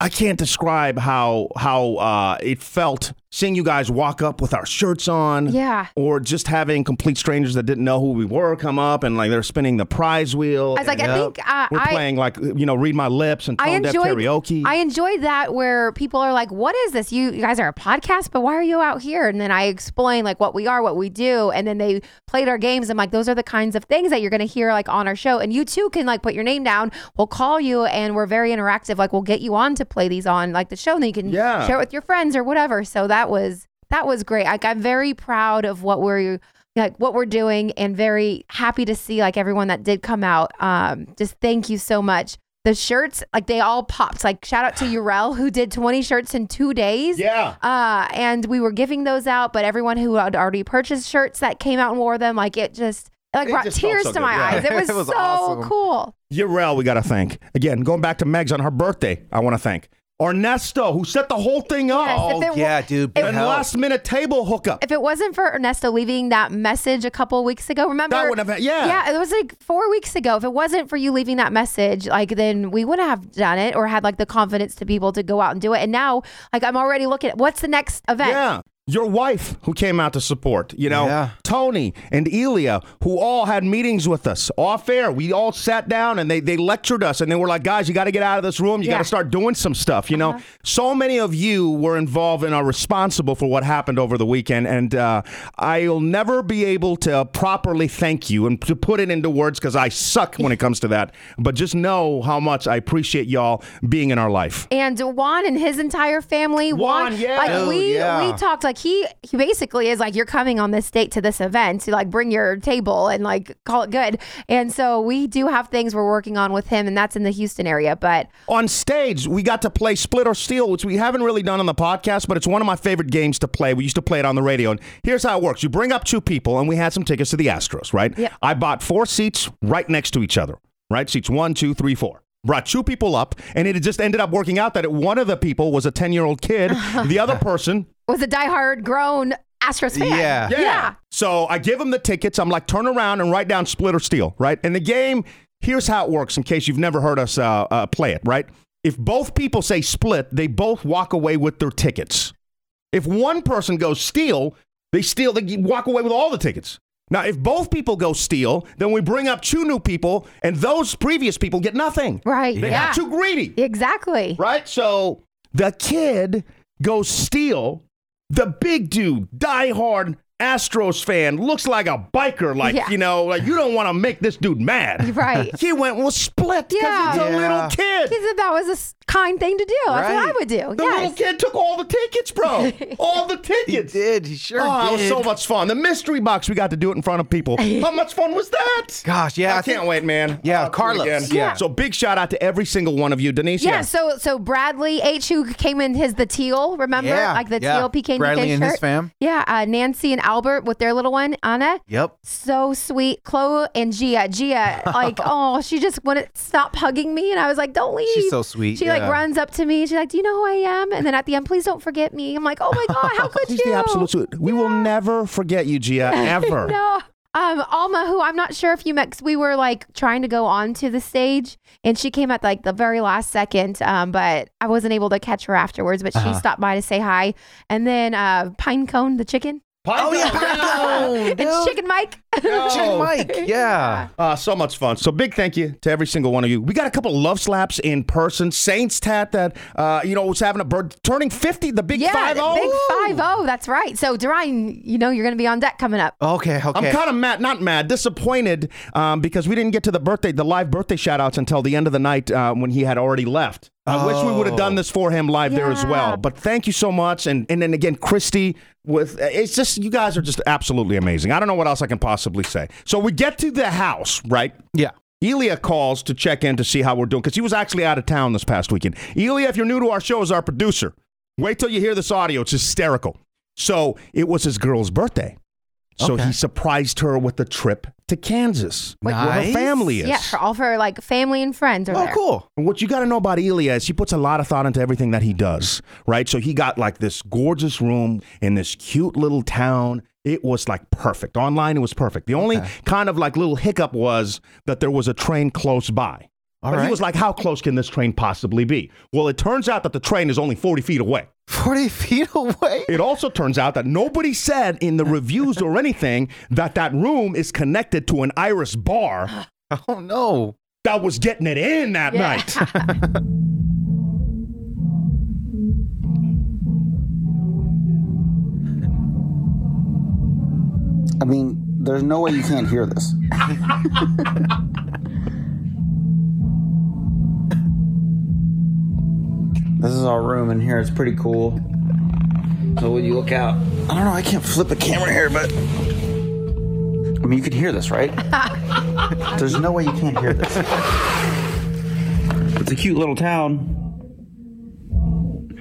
A: I can't describe how how uh, it felt seeing you guys walk up with our shirts on.
D: Yeah.
A: Or just having complete strangers that didn't know who we were come up and like they're spinning the prize wheel.
D: I was like, I think, uh,
A: we're
D: I-
A: playing like you know, read my lips and
D: I
A: tone deaf
D: enjoyed
A: karaoke.
D: I enjoyed that where people are like, "What is this? You, you guys are a podcast, but why are you out here?" And then I explain like what we are, what we do, and then they played our games. I'm like, "Those are the kinds of things that you're going to hear like on our show." And you too can like put your name down. We'll call you, and we're very interactive. Like we'll get you on to play these on like the show, and then you can
A: Yeah.
D: share it with your friends or whatever. So that was that was great. Like I'm very proud of what we're like what we're doing and very happy to see like everyone that did come out. Um just thank you so much. The shirts, like they all popped. Like shout out to Urel who did 20 shirts in 2 days.
A: Yeah.
D: Uh and we were giving those out, but everyone who had already purchased shirts that came out and wore them, like it just it, like
A: It
D: brought
A: just felt
D: tears
A: so
D: to
A: good,
D: my
A: yeah.
D: eyes. It was,
A: It was
D: so
A: awesome.
D: cool.
A: Yarel, we got to thank. Again, going back to Meg's on her birthday, I want to thank. Ernesto, who set the whole thing up.
D: Yes, if it Oh, wa- yeah,
A: dude.
D: big
A: And
D: help.
A: last minute table hookup.
D: If it wasn't for Ernesto leaving that message a couple weeks ago, remember?
A: That wouldn't have- yeah.
D: Yeah, it was like four weeks ago. If it wasn't for you leaving that message, like then we wouldn't have done it or had like the confidence to be able to go out and do it. And now, like I'm already looking at what's the next event.
A: Yeah. Your wife who came out to support, you know, Tony and Elia, who all had meetings with us off air. We all sat down and they, they lectured us and they were like, guys, you got to get out of this room. You got
B: Yeah.
A: to start doing some stuff, you know. So many of you were involved and are responsible for what happened over the weekend. And uh, I'll never be able to properly thank you and to put it into words because I suck when it comes to that. But just know how much I appreciate y'all being in our life.
D: And Juan and his entire family. Juan,
A: yeah.
D: Like
A: Dude,
D: we
A: yeah.
D: we talked like he he basically is like you're coming on this date to this event to like bring your table and like call it good. And so we do have things we're working on with him, and that's in the Houston area. But
A: On stage, we got to play Split or Steal, which we haven't really done on the podcast, but it's one of my favorite games to play. We used to play it on the radio. And here's how it works you bring up two people, and we had some tickets to the Astros, right?
B: Yep.
A: I bought four seats right next to each other, right? Seats one, two, three, four. Brought two people up, and it just ended up working out that one of the people was a 10 year old kid, the other person
D: was a diehard grown Astros fan.
A: yeah. So I give him the tickets. I'm like, turn around and write down split or steal, right? And the game, here's how it works in case you've never heard us uh, uh, play it, right? If both people say split, they both walk away with their tickets. If one person goes steal, they steal, they walk away with all the tickets. Now, if both people go steal, then we bring up two new people, and those previous people get nothing.
D: Right.
A: They
D: yeah.
A: got too greedy.
D: Exactly.
A: Right? So the kid goes steal. The big dude, diehard Astros fan, looks like a biker. Like,
B: Yeah.
A: you know, like you don't want to make this dude mad.
D: Right.
A: He went, well, split because he's a little kid.
D: He said that was a s- kind thing to do. That's what I
A: Right.
D: would do.
A: The
D: yes.
A: little kid took all the tickets, bro. all the tickets. He
G: did. He sure
A: oh, it was
G: did.
A: so much fun. The mystery box, we got to do it in front of people. How much fun was that?
G: Gosh, yeah.
A: I can't wait, man. Yeah,
G: Carlos. Yeah.
A: So big shout out to every single one of you, Denise.
D: Yeah, so so Bradley H, who came in his the teal, remember,
A: Yeah,
D: like the
A: yeah.
D: teal PK
A: Bradley
D: shirt.
A: and his fam.
D: Yeah, uh, Nancy and Albert with their little one Anna.
G: Yep.
D: So sweet, Chloe and Gia. Gia, like, oh, she just wouldn't stop hugging me, and I was like, "Don't leave."
G: She's so sweet,
D: She
G: yeah.
D: like runs up to me. She's like, "Do you know who I am?" And then at the end, please don't forget me. I'm like, "Oh my god, how could
A: She's
D: you?"
A: the absolute sweet. We will never forget you, Gia, ever.
D: no. Um, Alma, who I'm not sure if you met, 'cause we were like trying to go on to the stage, and she came at like the very last second. Um, but I wasn't able to catch her afterwards. But she
G: Uh-huh.
D: stopped by to say hi, and then uh, Pinecone, the chicken,
A: Oh, yeah, Pinecone,
D: and Chicken Mike, Oh.
A: Chicken
G: Mike, yeah.
A: Uh, so much fun. So big thank you to every single one of you. We got a couple love slaps in person. Saints Tat that uh, you know was having a bird turning fifty. The big
D: yeah,
A: five oh. zero.
D: big five zero. That's right. So Derine, you know you're gonna be on deck coming up.
G: Okay, okay.
A: I'm kind of mad, not mad, disappointed um, because we didn't get to the birthday, the live birthday shout outs until the end of the night uh, when he had already left. I wish we would have done this for him live there as well. But thank you so much, and and then again, Christy. With it's just you guys are just absolutely amazing. I don't know what else I can possibly say. So we get to the house, right?
G: Yeah.
A: Elia calls to check in to see how we're doing because he was actually out of town this past weekend. Elia, if you're new to our show, is our producer. Wait till you hear this audio; it's hysterical. So it was his girl's birthday. So he surprised her with a trip to Kansas, where her family is.
D: Yeah, for all for like family and friends. Are
A: Oh,
D: there.
A: cool. And what you got to know about Elia is he puts a lot of thought into everything that he does, right? So he got like this gorgeous room in this cute little town. It was like perfect. Online, it was perfect. The only kind of like little hiccup was that there was a train close by.
G: All
A: but he
G: right.
A: was like, how close can this train possibly be? Well, it turns out that the train is only 40 feet away. 40 feet away. It also turns out that nobody said in the reviews or anything that that room is connected to an Iris bar.
G: Oh, no.
A: That was getting it in that night.
C: I mean, there's no way you can't hear this. this is our room in here. It's pretty cool. So when you look out, I don't know. I can't flip a camera here, but I mean, you can hear this, right? there's no way you can't hear this. It's a cute little town.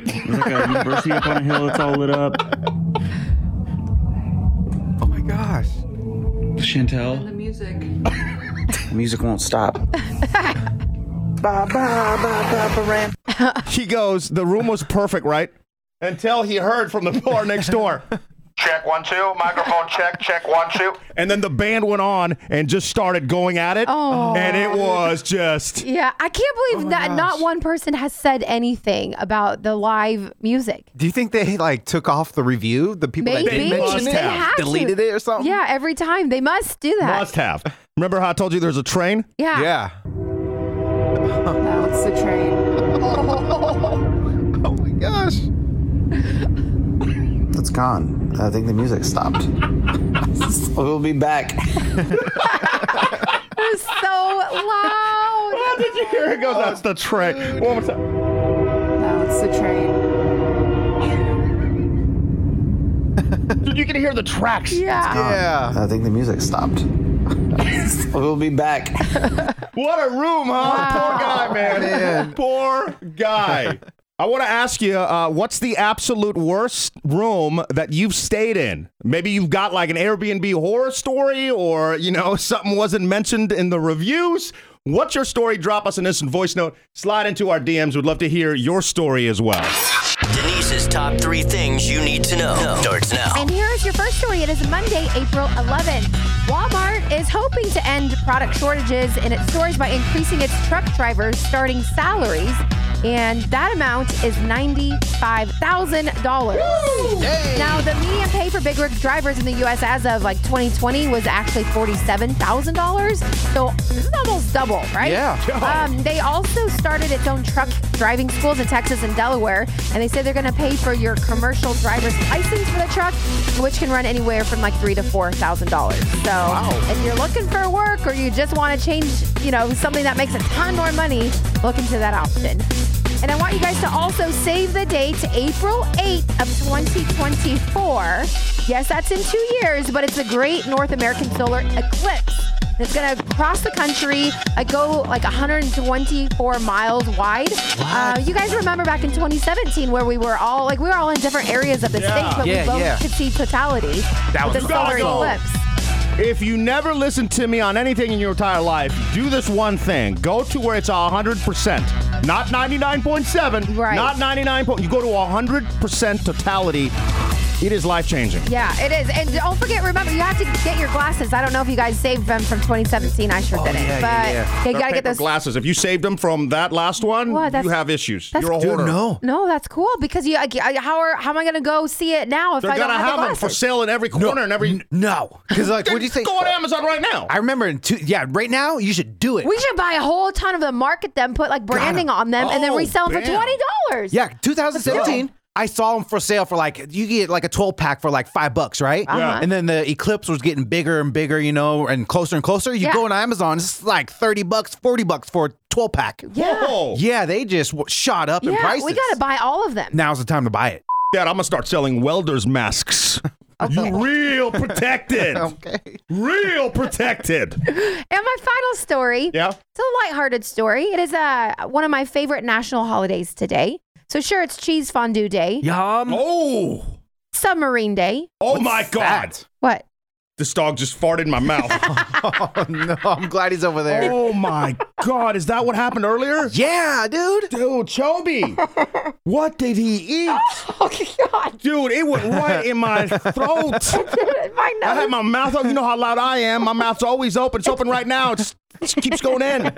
C: There's like a university up on a hill. It's all lit up.
G: Oh my gosh.
C: Chantel.
N: The music.
C: The music won't stop. ba, ba, ba, ba, ba,
A: he goes, the room was perfect, right? Until he heard from the bar next door.
O: Check one two. Microphone check. Check one two.
A: And then the band went on and just started going at it.
D: Oh.
A: And it was just.
D: Yeah, I can't
A: Oh,
D: believe that not one person has said anything about the live music.
G: Do you think they like took off the review? The people that
D: Maybe
G: didn't mention
D: they
G: it,
D: have to.
G: deleted it or something?
D: Yeah, every time they must do that.
A: Must have. Remember how I told you there's a train?
D: Yeah.
G: Yeah.
N: Oh, it's the train.
G: oh my gosh.
C: It's gone. I think the music stopped. we'll be back.
D: It was so loud.
A: did you hear it go? That's the train. One more time.
N: Oh, it's the train.
A: Dude, you can hear the tracks.
D: Yeah.
C: Yeah. I think the music stopped. we'll be back.
A: What a room, huh? Oh, Poor guy, man. Poor guy. I want to ask you, uh, what's the absolute worst room that you've stayed in? Maybe you've got like an Airbnb horror story, or you know something wasn't mentioned in the reviews. What's your story? Drop us an instant voice note. Slide into our DMs. We'd love to hear your story as well.
P: Denise's top three things you need to know starts now.
D: And here is your first story. It is Monday, April 11th. Walmart is hoping to end product shortages in its stores by increasing its truck drivers' starting salaries, and that amount is $95,000. Now, the median pay for big rig drivers in the U.S. as of like 2020 was actually $47,000. So this is almost double, right?
G: Yeah.
D: Um, they also started its own truck driving schools in Texas and Delaware, and they say they're going to pay for your commercial driver's license for the truck, which can run anywhere from like three to four thousand dollars. So if you're looking for work or you just want to change, you know, something that makes a ton more money, look into that option. And I want you guys to also save the date, April 8th of 2024. Yes, that's in two years, but it's a great North American solar eclipse. It's gonna cross the country, uh, go like 124 miles wide. Uh, you guys remember back in 2017 where we were all like we were all in different areas of the
A: Yeah.
D: state, but
A: Yeah,
D: we both
A: yeah.
D: could see totality.
A: That
D: with
A: was
D: the solar
A: awesome.
D: eclipse.
A: If you never listen to me on anything in your entire life, do this one thing. Go to where it's 100%. Not 99.7. Right. Not 99. point- You go to 100% totality. It is life changing.
D: Yeah, it is. And don't forget, remember, you have to get your glasses. I don't know if you guys saved them from 2017. I
A: Oh,
D: sure didn't. but you gotta get those.
A: glasses. If you saved them from that last one,
D: What?
A: you
D: That's-
A: have issues.
D: that's-
A: You're a hoarder.
D: No, that's cool because you. I, I- how are how am I gonna go see it now if
A: They're
D: I don't
A: gonna
D: have,
A: have
D: the
A: them
D: glasses?
A: for sale in every corner and every.
G: No, because like, what do you say?
A: Go on Amazon right now.
G: I remember in two. Yeah, right now you should do it.
D: We should buy a whole ton of them, market them, put like branding on them, and then
G: Oh,
D: resell them for
G: bam.
D: twenty dollars.
G: Yeah, 2017. I saw them for sale for like you get like a 12 pack for like five bucks, right?
D: Yeah.
G: And then the eclipse was getting bigger and bigger, you know, and closer and closer. You
D: Yeah.
G: go on Amazon, it's like 30 bucks, 40 bucks for a 12 pack.
D: Yeah. Whoa.
G: Yeah, they just w- shot up in
D: Yeah,
G: prices.
D: we gotta buy all of them.
G: Now's the time to buy it.
A: Dad, I'm gonna start selling welders masks. You real protected. okay. Real protected.
D: And my final story.
A: Yeah.
D: It's a lighthearted story. It is uh, one of my favorite national holidays today. So sure, it's cheese fondue day.
G: Yum.
A: Oh.
D: Submarine day.
A: Oh my god.
D: What?
A: This dog just farted in my mouth.
G: oh no, I'm glad he's over there.
A: Oh my god, is that what happened earlier?
G: Yeah, dude.
A: Dude, Chobi. what did he eat? Oh god. Dude, it went right in my throat.
D: my
A: I had my mouth open. You know how loud I am. My mouth's always open. It's open right now. It's, it keeps going in.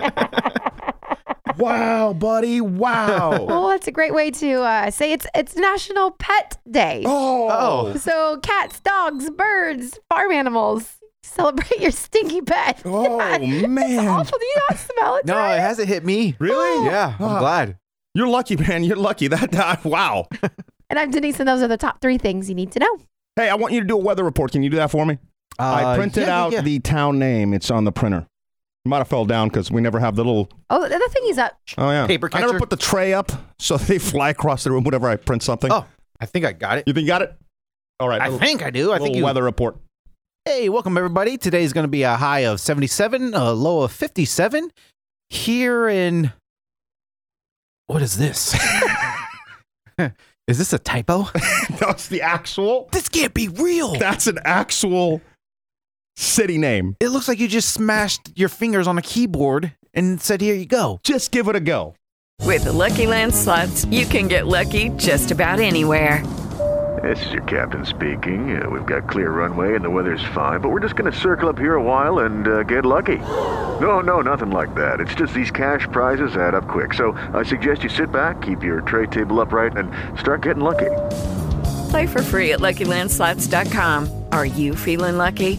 A: Wow, buddy. Wow.
D: Well, Oh, that's a great way to uh, say it's it's National Pet Day.
A: Oh. Oh.
D: So cats, dogs, birds, farm animals. Celebrate your stinky pet. Oh
A: man.
D: awful. Do you not smell it?
G: No, it hasn't hit me.
A: Really? Ah.
G: Yeah, I'm glad.
A: You're lucky, man. You're lucky. That, that wow.
D: And I'm Denise, and those are the top three things you need to know.
A: Hey, I want you to do a weather report. Can you do that for me?
G: Uh,
A: I printed
D: yeah, yeah,
A: out
D: yeah.
A: the town name. It's on the printer. Might have fell down because we never have the little.
D: Oh, the the thing is that
A: Oh yeah.
D: Paper
A: I never
D: catcher.
A: put the tray up, so they fly across the room whenever I print something. Oh,
G: I think I got it.
A: You think you got it? All right.
G: I
A: little-
G: think I do. I think
A: little
G: you-
A: weather report.
G: Hey, welcome everybody. Today's going to be a high of 77, a low of 57. Here in What is this? is this a typo?
A: That's the actual.
G: This can't be real.
A: That's an actual city name.
G: It looks like you just smashed your fingers on a keyboard and said, "Here you go."
A: Just give it a go.
Q: With the Lucky Land slots, you can get lucky just about anywhere.
R: This is your captain speaking. Uh, we've got clear runway and the weather's fine, but we're just going to circle up here a while and uh, get lucky. No, no, nothing like that. It's just these cash prizes add up quick. So I suggest you sit back, keep your tray table upright, and start getting lucky.
Q: Play for free at LuckyLandSlots.com. Are you feeling lucky?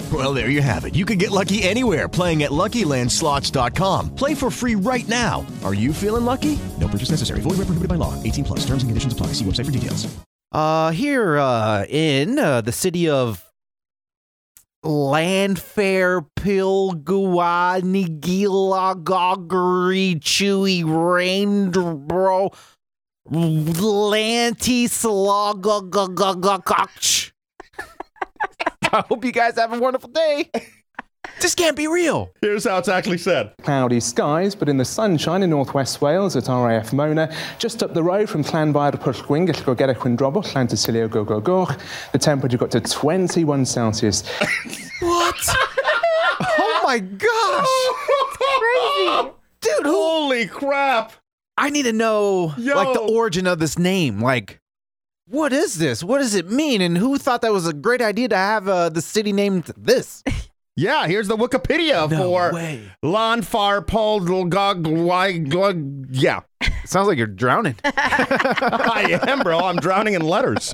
S: Well, there you have it. You can get lucky anywhere playing at LuckyLandSlots.com. Play for free right now. Are you feeling lucky? No purchase necessary. Void where prohibited by law. 18 plus. Terms and conditions apply. See website for details.
G: Uh, here uh, in uh, the city of Landfair Pilguanigilagogri Chewy Rainbro Lantislagogogogach. I hope you guys have a wonderful day. This can't be real.
A: Here's how it's actually said.
T: Cloudy skies, but in the sunshine in northwest Wales at RAF Mona, just up the road from Llanfair Pwllgwyn, gallwch go gerach yn drobwll, Llantysilio go go goch. The temperature got to 21 Celsius.
G: What? oh my gosh.
D: crazy.
G: Dude,
A: holy crap.
G: I need to know like the
A: Yo.
G: origin of this name. Like what is this? What does it mean? And who thought that was a great idea to have uh, the city named this?
A: Yeah, here's the Wikipedia for Lanfar Poldlgogwai. Yeah.
G: Sounds like you're drowning.
A: I am, bro. I'm drowning in letters.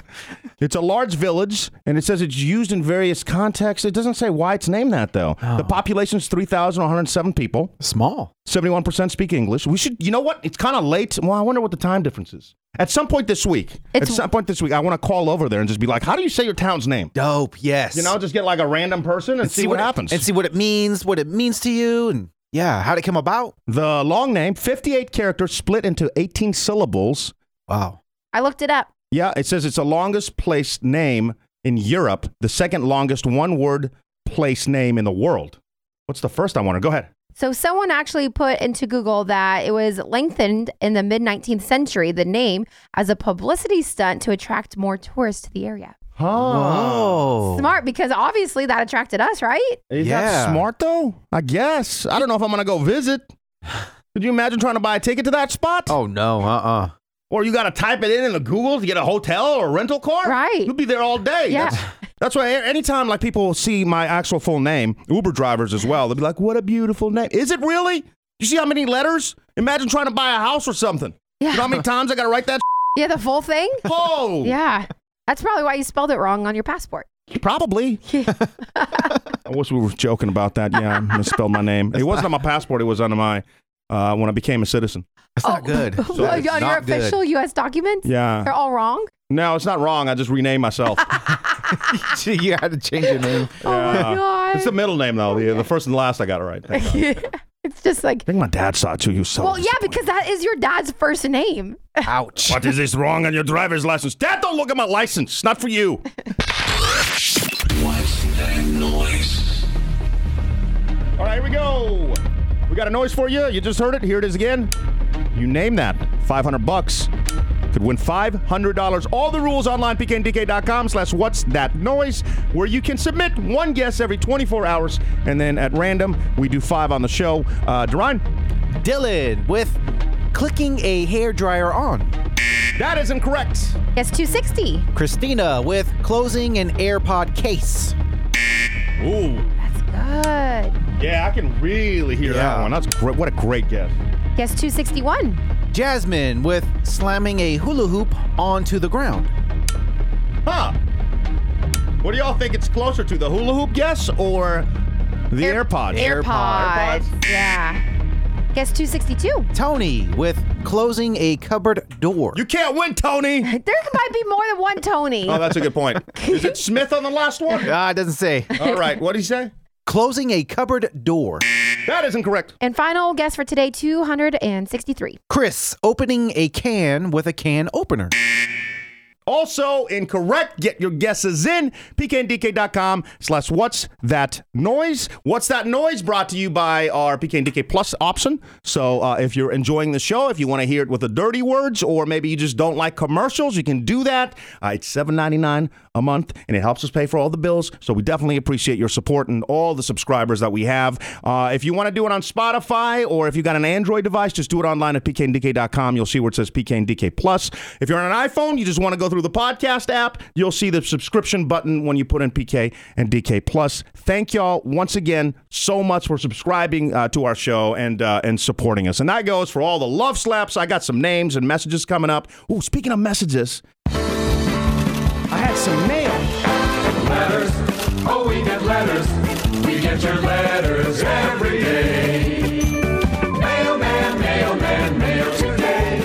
A: It's a large village, and it says it's used in various contexts. It doesn't say why it's named that, though. The population's 3,107 people.
G: Oh. Small.
A: 71% speak English. We should, you know what? It's kind of late. Well, I wonder what the time difference is. At some point this week,
D: It's-
A: at some point this week, I want to call over there and just be like, how do you say your town's name?
G: Dope, yes.
A: You know, just get like a random person and, see, what,
G: it-
A: happens.
G: and see what it means, what it means to you, and yeah, how'd it come about?
A: The long name, 58 characters split into 18 syllables.
G: Wow.
D: I looked it up.
A: Yeah, it says it's the longest place name in Europe, the second longest one word place name in the world. What's the first I want to go ahead?
D: So someone actually put into Google that it was lengthened in the mid 19th century, the name, as a publicity stunt to attract more tourists to the area.
A: Oh.
D: Smart, because obviously that attracted us, right?
A: Is that smart though? I guess. I don't know if I'm going to go visit. Could you imagine trying to buy a ticket to that spot?
G: Oh no, uh uh
A: Or you got to type it in in the Google to get a hotel or a rental car? Right. You'll be there all day.
D: Yeah.
A: That's, that's why a- anytime like people see my actual full name, Uber drivers as well, they'll be like, "What a beautiful name." Is it really? You see how many letters? Imagine trying to buy a house or something. You know how many times I got to write that?
D: Yeah, the full thing?
A: Oh.
D: Yeah. That's probably why you spelled it wrong on your passport.
A: Probably. I wish we were joking about that. Yeah, I misspelled my name. It wasn't on my passport. It was on my uh, when I became a citizen.
G: That's not good.
D: Oh, on your official U.S. documents?
A: Yeah.
D: They're all wrong?
A: No, it's not wrong. I just renamed myself.
G: you had to change your name.
D: Oh, my God.
A: It's the middle name though. The, the first and last I got it right. Thank God.
D: it's just like,
A: I think my dad saw it too. You so
D: well, yeah, because that is your dad's first name.
G: Ouch.
A: What is this wrong on your driver's license? Dad, don't look at my license. It's not for you.
E: What's that noise?
A: All right, here we go. We got a noise for you. You just heard it. Here it is again. You name that. 500 bucks. could win $500. All the rules online, pkndk.com slash what's that noise, where you can submit one guess every 24 hours. And then at random, we do five on the show. Uh, Derine?
G: Dylan with clicking a hairdryer on.
A: That is incorrect.
D: Yes, 260.
G: Christina with closing an AirPod case.
A: Ooh.
D: Good.
A: Yeah, I can really hear that one. That's great. What a great guess.
D: Yes, 261.
G: Jasmine with slamming a hula hoop onto the ground.
A: Huh. What do y'all think it's closer to, the hula hoop guess or the AirPod?
D: AirPod. Yeah. Guess 262.
G: Tony with closing a cupboard door.
A: You can't win, Tony.
D: There might be more than one Tony.
A: Oh, that's a good point. Is it Smith on the last one?
G: Ah, it doesn't say.
A: All right, what did he say?
G: Closing a cupboard door.
A: That is incorrect.
D: And final guess for today 263.
G: Chris opening a can with a can opener.
A: Also incorrect. Get your guesses in. PKNDK.com slash what's that noise? What's that noise brought to you by our PKNDK Plus option. So uh, if you're enjoying the show, if you want to hear it with the dirty words, or maybe you just don't like commercials, you can do that. Uh, it's $7.99 a month, and it helps us pay for all the bills. So we definitely appreciate your support and all the subscribers that we have. Uh, if you want to do it on Spotify or if you got an Android device, just do it online at pkndk.com. You'll see where it says pkndk plus. If you're on an iPhone, you just want to go through the podcast app. You'll see the subscription button when you put in PK and DK plus. Thank y'all once again so much for subscribing uh, to our show and uh, and supporting us. And that goes for all the love slaps. I got some names and messages coming up. Ooh, speaking of messages, I had some mail.
H: Letters. Oh, we get letters. We get your letters every day. Mailman, mailman, mail today.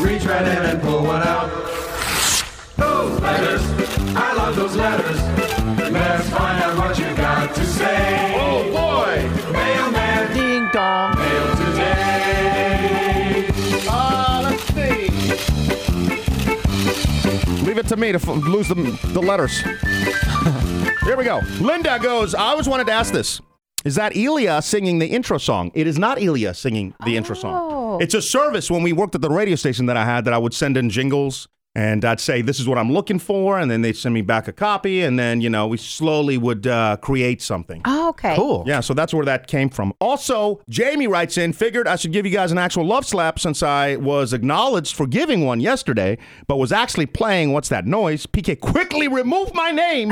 H: Reach right in and pull one out. Those letters. I love those letters. Let's find out what you got to say. Oh, boy. Mailman.
G: Ding dong.
H: Mail today.
A: Uh, let's see. Leave it to me to f- lose the, the letters. Here we go. Linda goes, I always wanted to ask this. Is that Elia singing the intro song? It is not Elia singing the intro
D: Oh.
A: song. It's a service when we worked at the radio station that I had that I would send in jingles and I'd say, this is what I'm looking for. And then they'd send me back a copy. And then, you know, we slowly would uh, create something.
D: Oh, okay.
A: Yeah, so that's where that came from. Also, Jamie writes in, figured I should give you guys an actual love slap since I was acknowledged for giving one yesterday, but was actually playing What's That Noise? PK quickly removed my name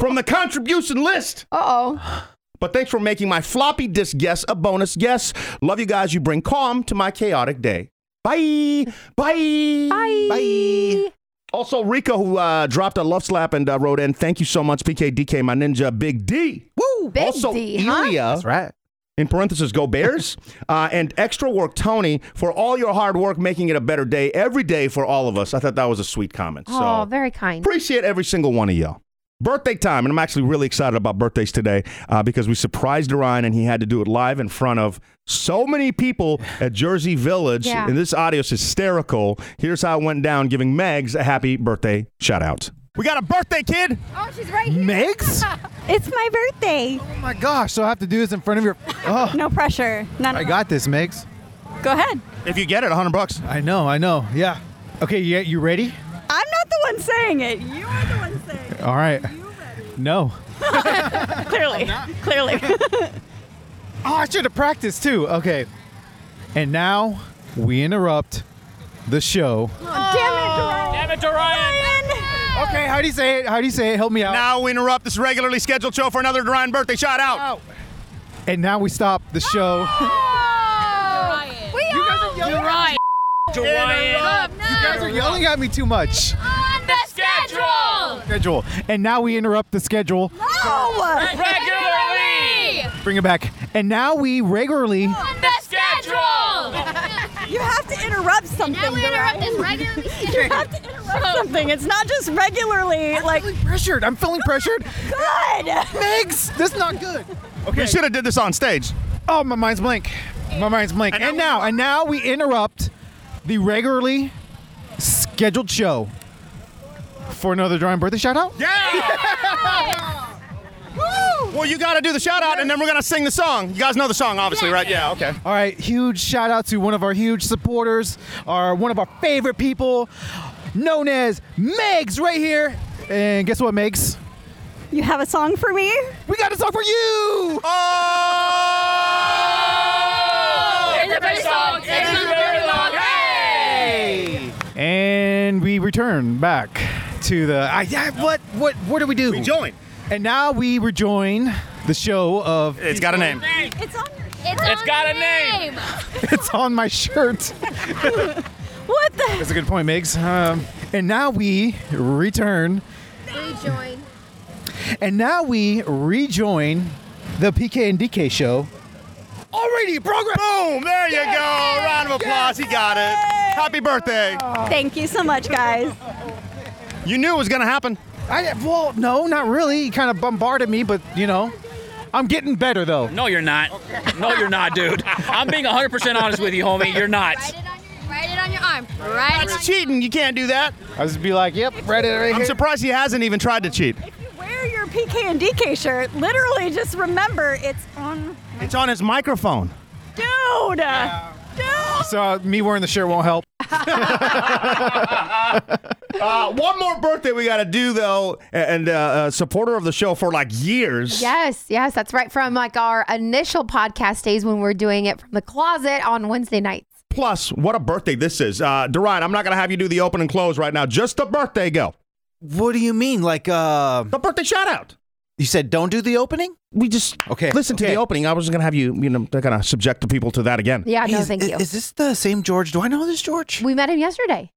A: from the contribution list.
D: Uh oh.
A: But thanks for making my floppy disk guess a bonus guess. Love you guys. You bring calm to my chaotic day. Bye. Bye. Bye.
G: Bye.
A: Also, Rico, who uh, dropped a love slap and uh, wrote in, thank you so much, PKDK, my ninja, Big D.
D: Woo! Big
A: also,
D: D, huh?
A: Ilya.
G: That's right.
A: In parentheses, go Bears. uh, and extra work, Tony, for all your hard work making it a better day every day for all of us. I thought that was a sweet comment. so
D: Oh, very kind.
A: appreciate every single one of y'all. Birthday time, and I'm actually really excited about birthdays today uh, because we surprised Orion and he had to do it live in front of so many people at Jersey Village.
D: Yeah.
A: And this audio is hysterical. Here's how it went down, giving Megs a happy birthday shout out. We got a birthday kid.
D: Oh, she's right here.
G: Megs?
I: It's my birthday.
G: Oh my gosh, so I have to do this in front of your. Oh,
I: No pressure. None.
G: I got this, Megs.
I: Go ahead.
A: If you get it, 100 bucks.
G: I know, I know. Yeah. Okay, yeah, you ready?
I: I'm not the one saying it. You are the one saying it.
G: All right. No.
I: Clearly. Clearly.
G: Oh, I should have practiced too. Okay. And now we interrupt the show.
I: Damn it, Ryan. Damn it, Ryan.
G: Okay, how do you say it? How do you say it? Help me out.
A: Now we interrupt this regularly scheduled show for another Orion birthday shout out.
I: Oh.
G: And now we stop the show.
I: Ah.
D: We all
I: Ryan.
G: You guys are yelling at me too much.
D: on the schedule.
G: Schedule. And now we interrupt the schedule.
I: No.
D: Regularly
G: Bring it back. And now we regularly.
D: on the schedule.
I: You have to interrupt something.
D: Now we interrupt
I: Ryan.
D: this regularly
I: You have to interrupt something. It's not just regularly.
G: I'm
I: Like
G: feeling pressured. I'm feeling pressured.
I: good.
G: Megs, this is not good.
A: We
G: Okay.
A: should have did this on stage.
G: Oh, my mind's blank. My mind's blank. And now, and now we interrupt the regularly scheduled show for another drawing birthday shout out.
A: Yeah. Well, you got to do the shout out and then we're going to sing the song. You guys know the song, obviously, right? Yeah, okay.
F: All right, huge shout out to one of our huge supporters, our one of our favorite people, known as Megs, right here. And guess what, Megs?
I: You have a song for me?
F: We got a song for you!
A: Oh!
F: And we return back to the. I, I- what what what do we do? We join. And now we rejoin the show of.
A: It's got a name.
I: It's on your It's,
A: got
I: a name.
F: it's on my shirt.
I: what the?
F: That's a good point, Migs. Um, and now we return.
D: Rejoin.
F: And now we rejoin the PK and DK show.
A: Already progress. Boom! There you go. Round of applause. He got it. Happy birthday.
I: Thank you so much, guys.
A: You knew it was gonna happen.
F: I well, no, not really. He kind of bombarded me, but you know, I'm getting better though.
J: No, you're not. No, you're not, dude. I'm being 100% honest with you, homie. You're not.
D: Write it on your arm. Write it
A: That's cheating. You can't do that.
F: I just be like, yep, right it
A: I'm surprised he hasn't even tried to cheat.
I: Wear your PK and DK shirt. Literally, just remember it's on.
A: It's on his microphone.
I: Dude!
F: So uh, me wearing the shirt won't help.
A: Uh, one more birthday we got to do though, and uh, uh, supporter of the show for like years.
D: Yes, yes, that's right. From like our initial podcast days when we're doing it from the closet on Wednesday nights.
A: Plus, what a birthday this is. Uh, Derride, I'm not going to have you do the open and close right now. Just the birthday go.
G: What do you mean? Like uh
A: The birthday shout out.
G: You said don't do the opening?
A: We just
G: Okay.
A: Listen to the opening. I was going to have you, you know, they're going to subject the people to that again.
D: Yeah, no,
G: Is-
D: thank
G: is-
D: you.
G: Is this the same George? Do I know this George?
D: We met him yesterday.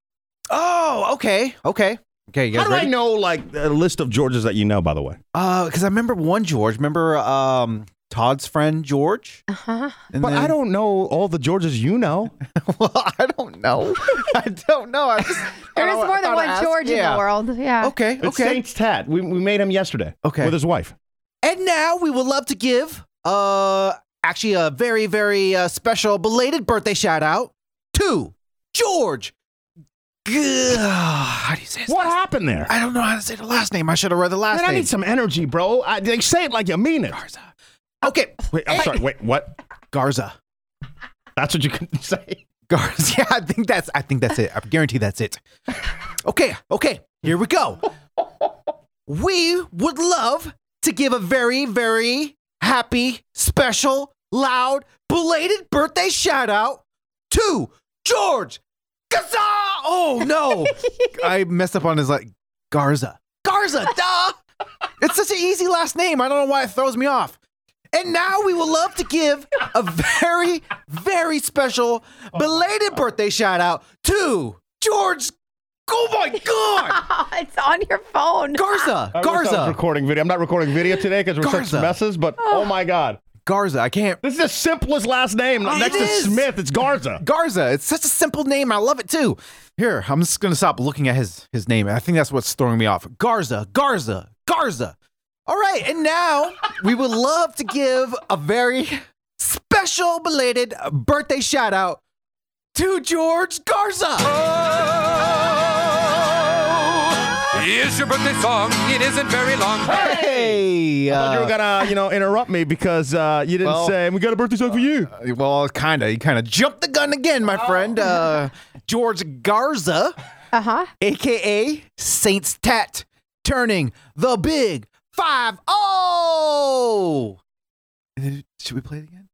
G: Oh, okay. Okay. Okay, you guys
A: How do
G: ready?
A: I know like a list of Georges that you know? By the way,
G: Uh, because I remember one George. Remember um Todd's friend George?
D: Uh-huh.
A: but I don't know all the Georges you know.
G: well, I don't know. I don't know. I just,
D: There
G: I
D: is
G: don't-
D: more
G: I
D: than
G: thought
D: one
G: I asked-
D: George in
G: yeah.
D: the world. Yeah.
G: Okay.
A: It's
G: okay.
A: Saints Tat. We, we made him yesterday. Okay, with his wife.
G: And now we would love to give uh actually a very very uh, special belated birthday shout out to George. G- how do you say? His
A: What happened there?
G: I don't know how to say the last name. I should have read the last
A: Man, I
G: name.
A: need some energy, bro. I, they say it like you mean it.
G: Okay.
A: Wait, I'm sorry. Wait, what?
G: Garza.
A: That's what you couldn't say.
G: Garza. Yeah, I think that's I think that's it. I guarantee that's it. Okay, okay, here we go. We would love to give a very, very happy, special, loud, belated birthday shout out to George Gaza. Oh no, I messed up on his like Garza. Garza, duh. It's such an easy last name. I don't know why it throws me off. And now we would love to give a very, very special belated birthday shout out to George. Oh my God!
D: it's on your phone.
G: Garza,
A: I wish I was
G: Garza,
A: recording video. I'm not recording video today because we're
G: Garza.
A: such messes, but oh my God.
G: Garza. I can't. Ah,
A: This is the simplest last name
G: It
A: next
G: is.
A: to Smith. It's Garza.
G: Garza. It's such a simple name. I love it too. Here, I'm just gonna stop looking at his his name. I think that's what's throwing me off. Garza, Garza, Garza. All right, and now we would love to give a very special belated birthday shout out to George Garza.
H: Here's your birthday song. It isn't very long.
G: Hey,
A: I thought you
G: uh,
A: were gonna, you know, interrupt me because uh, you didn't
G: Well-
A: say we got a birthday song for you.
G: Uh,
A: Oh.
G: well, kind of. You kind of jumped the gun again, my friend. Uh, George Garza.
D: Uh huh.
G: aka Saints Tat, turning the big five oh. And then- Should we play it again?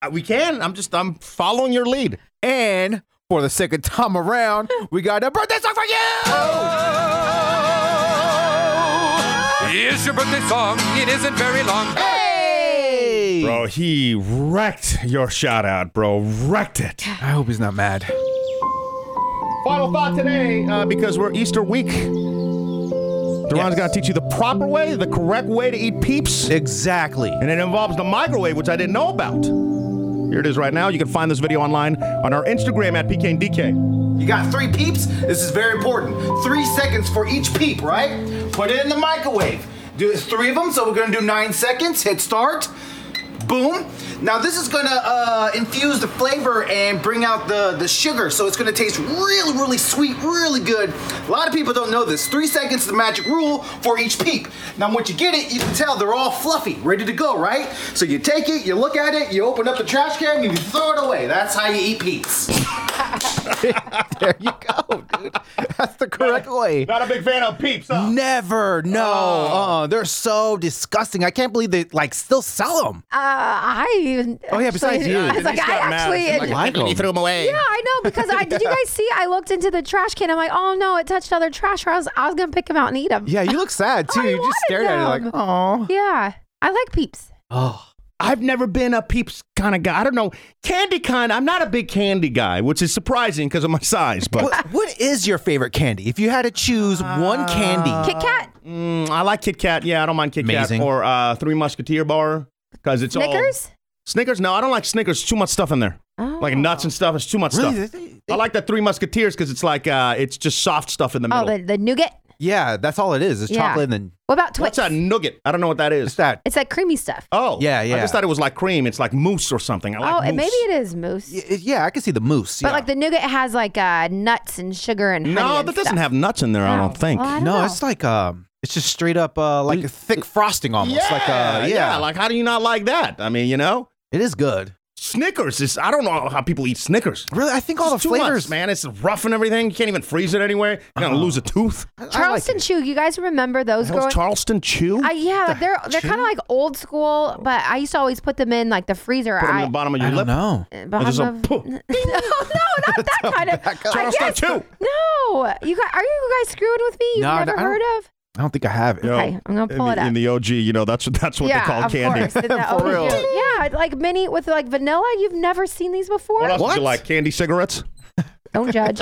A: Uh, We can. I'm just, I'm following your lead.
G: And for the second time around, we got a birthday song for you.
H: Here's your birthday song. It isn't very long.
G: Hey,
A: Bro, he wrecked your shout out, bro. Wrecked it.
G: I hope he's not mad.
A: Final thought today, uh, because we're Easter week. Deron's gonna teach you the proper way, the correct way to eat peeps.
G: Exactly.
A: and it involves the microwave, which I didn't know about. Here it is right now. You can find this video online on our Instagram at PKNDK.
F: You got three peeps. This is very important. Three seconds for each peep, right? Put it in the microwave. Do it's three of them, so we're gonna do nine seconds. Hit start.
C: Boom. Now this is gonna uh, infuse the flavor and bring out the, the sugar, so it's gonna taste really, really sweet, really good. A lot of people don't know this. Three seconds is the magic rule for each peep. Now once you get it, you can tell they're all fluffy, ready to go, right? So you take it, you look at it, you open up the trash can, and you throw it away. That's how you eat peeps.
G: there you go, dude. That's the correct way.
A: Not a big fan of peeps. Oh.
G: Never. No. Uh-uh. They're so disgusting. I can't believe they like still sell them.
D: Uh, I even.
G: Oh, yeah,
D: actually-
G: besides you.
D: I was
G: Denise
D: like, I
G: got mad.
D: actually.
G: She's like, "Like 'em." You threw 'em away.
D: Yeah, I know because I did. You guys see? I looked into the trash can. I'm like, oh no, it touched other trash. Or I was, I was gonna pick them out and eat Oh, them.
G: Yeah, you look sad too. you just stared at it like, oh.
D: Yeah, I like peeps.
A: Oh. I've never been a peeps kind of guy. I don't know. Candy kind, I'm not a big candy guy, which is surprising because of my size, but
G: what is your favorite candy? If you had to choose one candy.
D: Kit Kat.
A: Uh, Mm, I like Kit Kat. Yeah, I don't mind Kit
G: Amazing.
A: Kat or uh, Three Musketeer bar because it's all
D: Snickers? Oh.
A: Snickers? No, I don't like Snickers. Too much stuff in there, like nuts and stuff. It's too much
G: Really?
A: stuff. I like the Three Musketeers because it's like uh, it's just soft stuff in the
D: Oh,
A: middle.
D: the, the nougat.
G: Yeah, that's all it is.
D: It's Yeah. chocolate and- What about Twix?
A: What's that nougat? I don't know what that is. It's
G: that.
D: It's that creamy stuff.
A: Oh,
G: Yeah,
A: I
G: yeah.
A: just thought it was like cream. It's like mousse or something. I like
D: oh,
A: mousse.
D: and maybe it is mousse.
G: Yeah, I can see the moose.
D: But like the nougat has like uh, nuts and sugar and honey
G: No,
D: and
G: that doesn't
D: stuff.
A: have nuts in there. I don't think. Mm.
D: Well, I don't
G: no,
D: know.
G: it's like um, it's just straight up uh, like a thick frosting almost.
A: Yeah,
G: like uh, yeah.
A: Like, how do you not like that? I mean, you know,
G: it is good.
A: Snickers is. I don't know how people eat Snickers.
G: Really, I think
A: all the flavors, man. It's rough and everything. You can't even freeze it anywhere. You're
G: Uh-huh.
A: gonna lose a tooth.
D: Charleston Chew. You guys remember those?
A: That was
D: growing-
A: Charleston Chew.
D: Uh, yeah, like they're they're
A: chew?
D: kind of like old school, but I used to always put them in like the freezer.
A: Put them
D: I,
A: in the bottom of your lip.
G: No,
D: Uh, bottom of- no, no, not that kind of. I
A: Charleston
D: guess,
A: Chew.
D: No, you guys, are you guys screwing with me? You've
A: No, I
D: never
A: don't-
D: heard of?
G: I don't think I have it.
D: Okay, I'm gonna pull
A: in
D: it
A: the,
D: up.
A: In the OG, you know, that's that's what
D: yeah,
A: they call
D: of
A: candy.
D: course. It's that
G: For
D: old-
G: real.
D: Yeah, like mini with like vanilla. You've never seen these before.
A: What else did you like? Candy cigarettes?
D: Don't judge.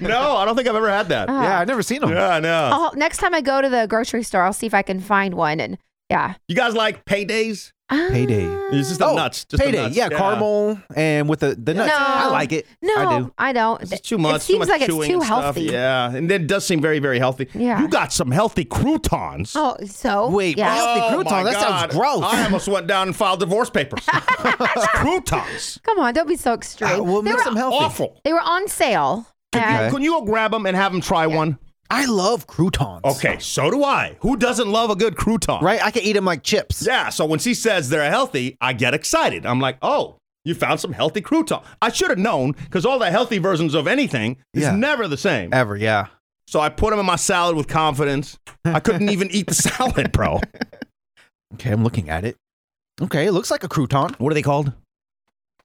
A: no, I don't think I've ever had that.
D: Ah. Yeah, I've
G: never seen them.
A: Yeah, I know.
D: I'll- next time I go to the grocery store, I'll see if I can find one. And yeah,
A: You guys like paydays?
D: Uh,
G: Payday.
A: It's just the
G: oh,
A: nuts, just the
G: payday.
A: nuts,
G: Yeah,
A: yeah.
G: caramel and with the, the nuts. I
D: No.
G: like it.
D: No,
G: I do.
D: not
A: It's too much.
D: It seems
A: too much
D: like it's
A: chewing
D: too
A: and stuff.
D: healthy.
A: Yeah, and it does seem very, very healthy.
D: Yeah.
A: You got some healthy croutons.
D: Oh, so
G: Wait,
D: yeah.
G: healthy
A: Oh,
G: croutons?
A: my
G: That
A: God.
G: sounds gross.
A: I almost went down and filed divorce papers. It's croutons.
D: Come on, don't be so extreme.
A: Uh, well,
D: They
A: make
D: were
A: them healthy. Awful.
D: They were on sale. and-
A: Can you go grab them and have them try one?
G: I love croutons.
A: Okay, so do I. Who doesn't love a good crouton?
G: Right? I can eat them like chips.
A: Yeah, so when she says they're healthy, I get excited. I'm like, oh, you found some healthy crouton. I should have known because all the healthy versions of anything is
G: Yeah.
A: never the same.
G: Ever, yeah.
A: So I put them in my salad with confidence. I couldn't even eat the salad, bro.
G: Okay, I'm looking at it. Okay, it looks like a crouton.
A: What are they called?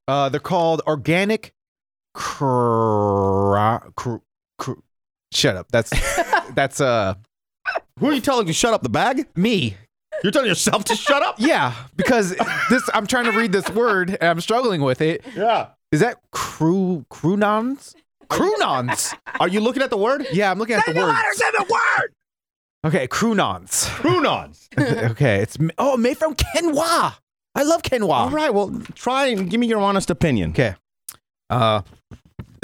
G: Uh, they're called organic cra- cr- cr- Shut up. That's that's uh.
A: Who are you telling to shut up? The bag?
G: Me.
A: You're telling yourself to shut up?
G: Yeah, because this I'm trying to read this word and I'm struggling with it.
A: Yeah.
G: Is that cru crounons? Crounons.
A: Are you looking at the word?
G: Yeah, I'm looking at the word. Okay, crounons.
A: Crounons.
G: okay, it's ma- oh made from quinoa. I love quinoa.
A: All right, well, try and give me your honest opinion.
G: Okay. Uh,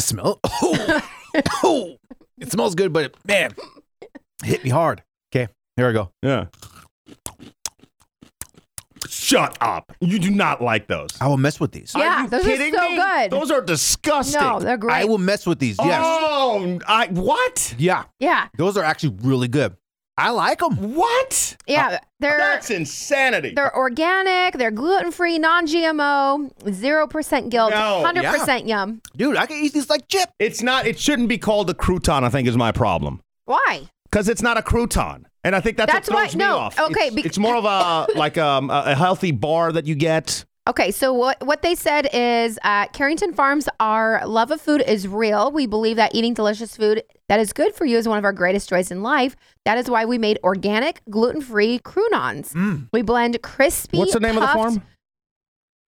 G: smell. Oh, oh, it smells good, but it, man, hit me hard. Okay, here I go.
A: Yeah. Shut up. You do not like those.
G: I will mess with these.
D: Yeah, those
A: kidding
D: are so
A: me?
D: good.
A: Those are disgusting.
D: No, they're great.
G: I will mess with these. Yes.
A: Oh, I what?
G: Yeah.
D: yeah,
G: Those are actually really good. I like Uh, them.
A: What?
D: yeah. they're
A: That's insanity.
D: they're organic. They're gluten free, non GMO, zero percent guilt,
A: No,
D: hundred percent yum.
G: Dude, I can eat these like chip.
A: It's not. It shouldn't be called a crouton. I think is my problem
D: Why?
A: because it's not a crouton, and I think that's,
D: That's
A: what
D: why-
A: throws
D: no,
A: me off.
D: okay,
A: it's,
D: bec-
A: it's more of a like um, a a healthy bar that you get.
D: Okay, so what what they said is uh, Carrington Farms, our love of food is real. We believe that eating delicious food that is good for you is one of our greatest joys in life. That is why we made organic, gluten free croutons.
A: Mm.
D: We blend crispy.
A: What's the name of the
D: puffed-
A: farm?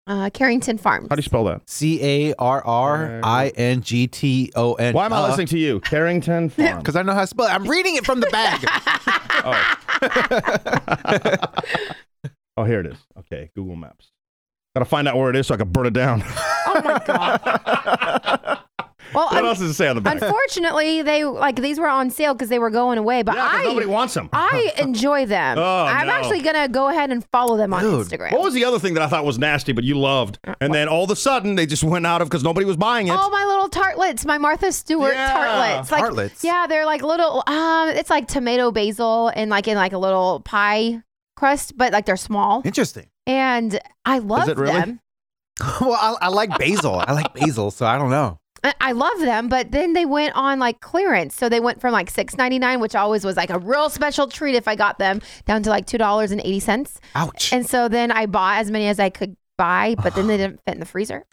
D: Uh, Carrington Farms.
A: How do you spell that?
G: C A R R I N G T O N. Uh,
A: Why am I listening to you, Carrington Farm?
G: Because I know how to spell it. I'm reading it from the bag.
A: Oh, here it is. Okay, Google Maps. Gotta find out where it is so I can burn it down.
D: Oh my god! Well,
A: What else does it say on the back?
D: Unfortunately, they like these were on sale because they were going away. But I
A: nobody wants 'em.
D: I enjoy them.
A: Oh,
D: I'm
A: no.
D: actually gonna go ahead and follow them on
A: Dude,
D: Instagram. Uh,
A: What was the other thing that I thought was nasty, but you loved? And then all of a sudden, they just went out of because nobody was buying it.
D: Oh, my little tartlets, my Martha Stewart
A: Yeah,
D: tartlets. Like,
A: tartlets.
D: Yeah, they're like little. Um, it's like tomato basil and like in like a little pie crust, but like they're small.
G: Interesting.
D: And I love
G: it really?
D: them.
G: well, I, I like basil. I like basil, so I don't know.
D: I- I love them, but then they went on like clearance. So they went from like six ninety nine, which always was like a real special treat if I got them, down to like two dollars and eighty cents.
G: Ouch!
D: And so then I bought as many as I could buy, but then they didn't fit in the freezer.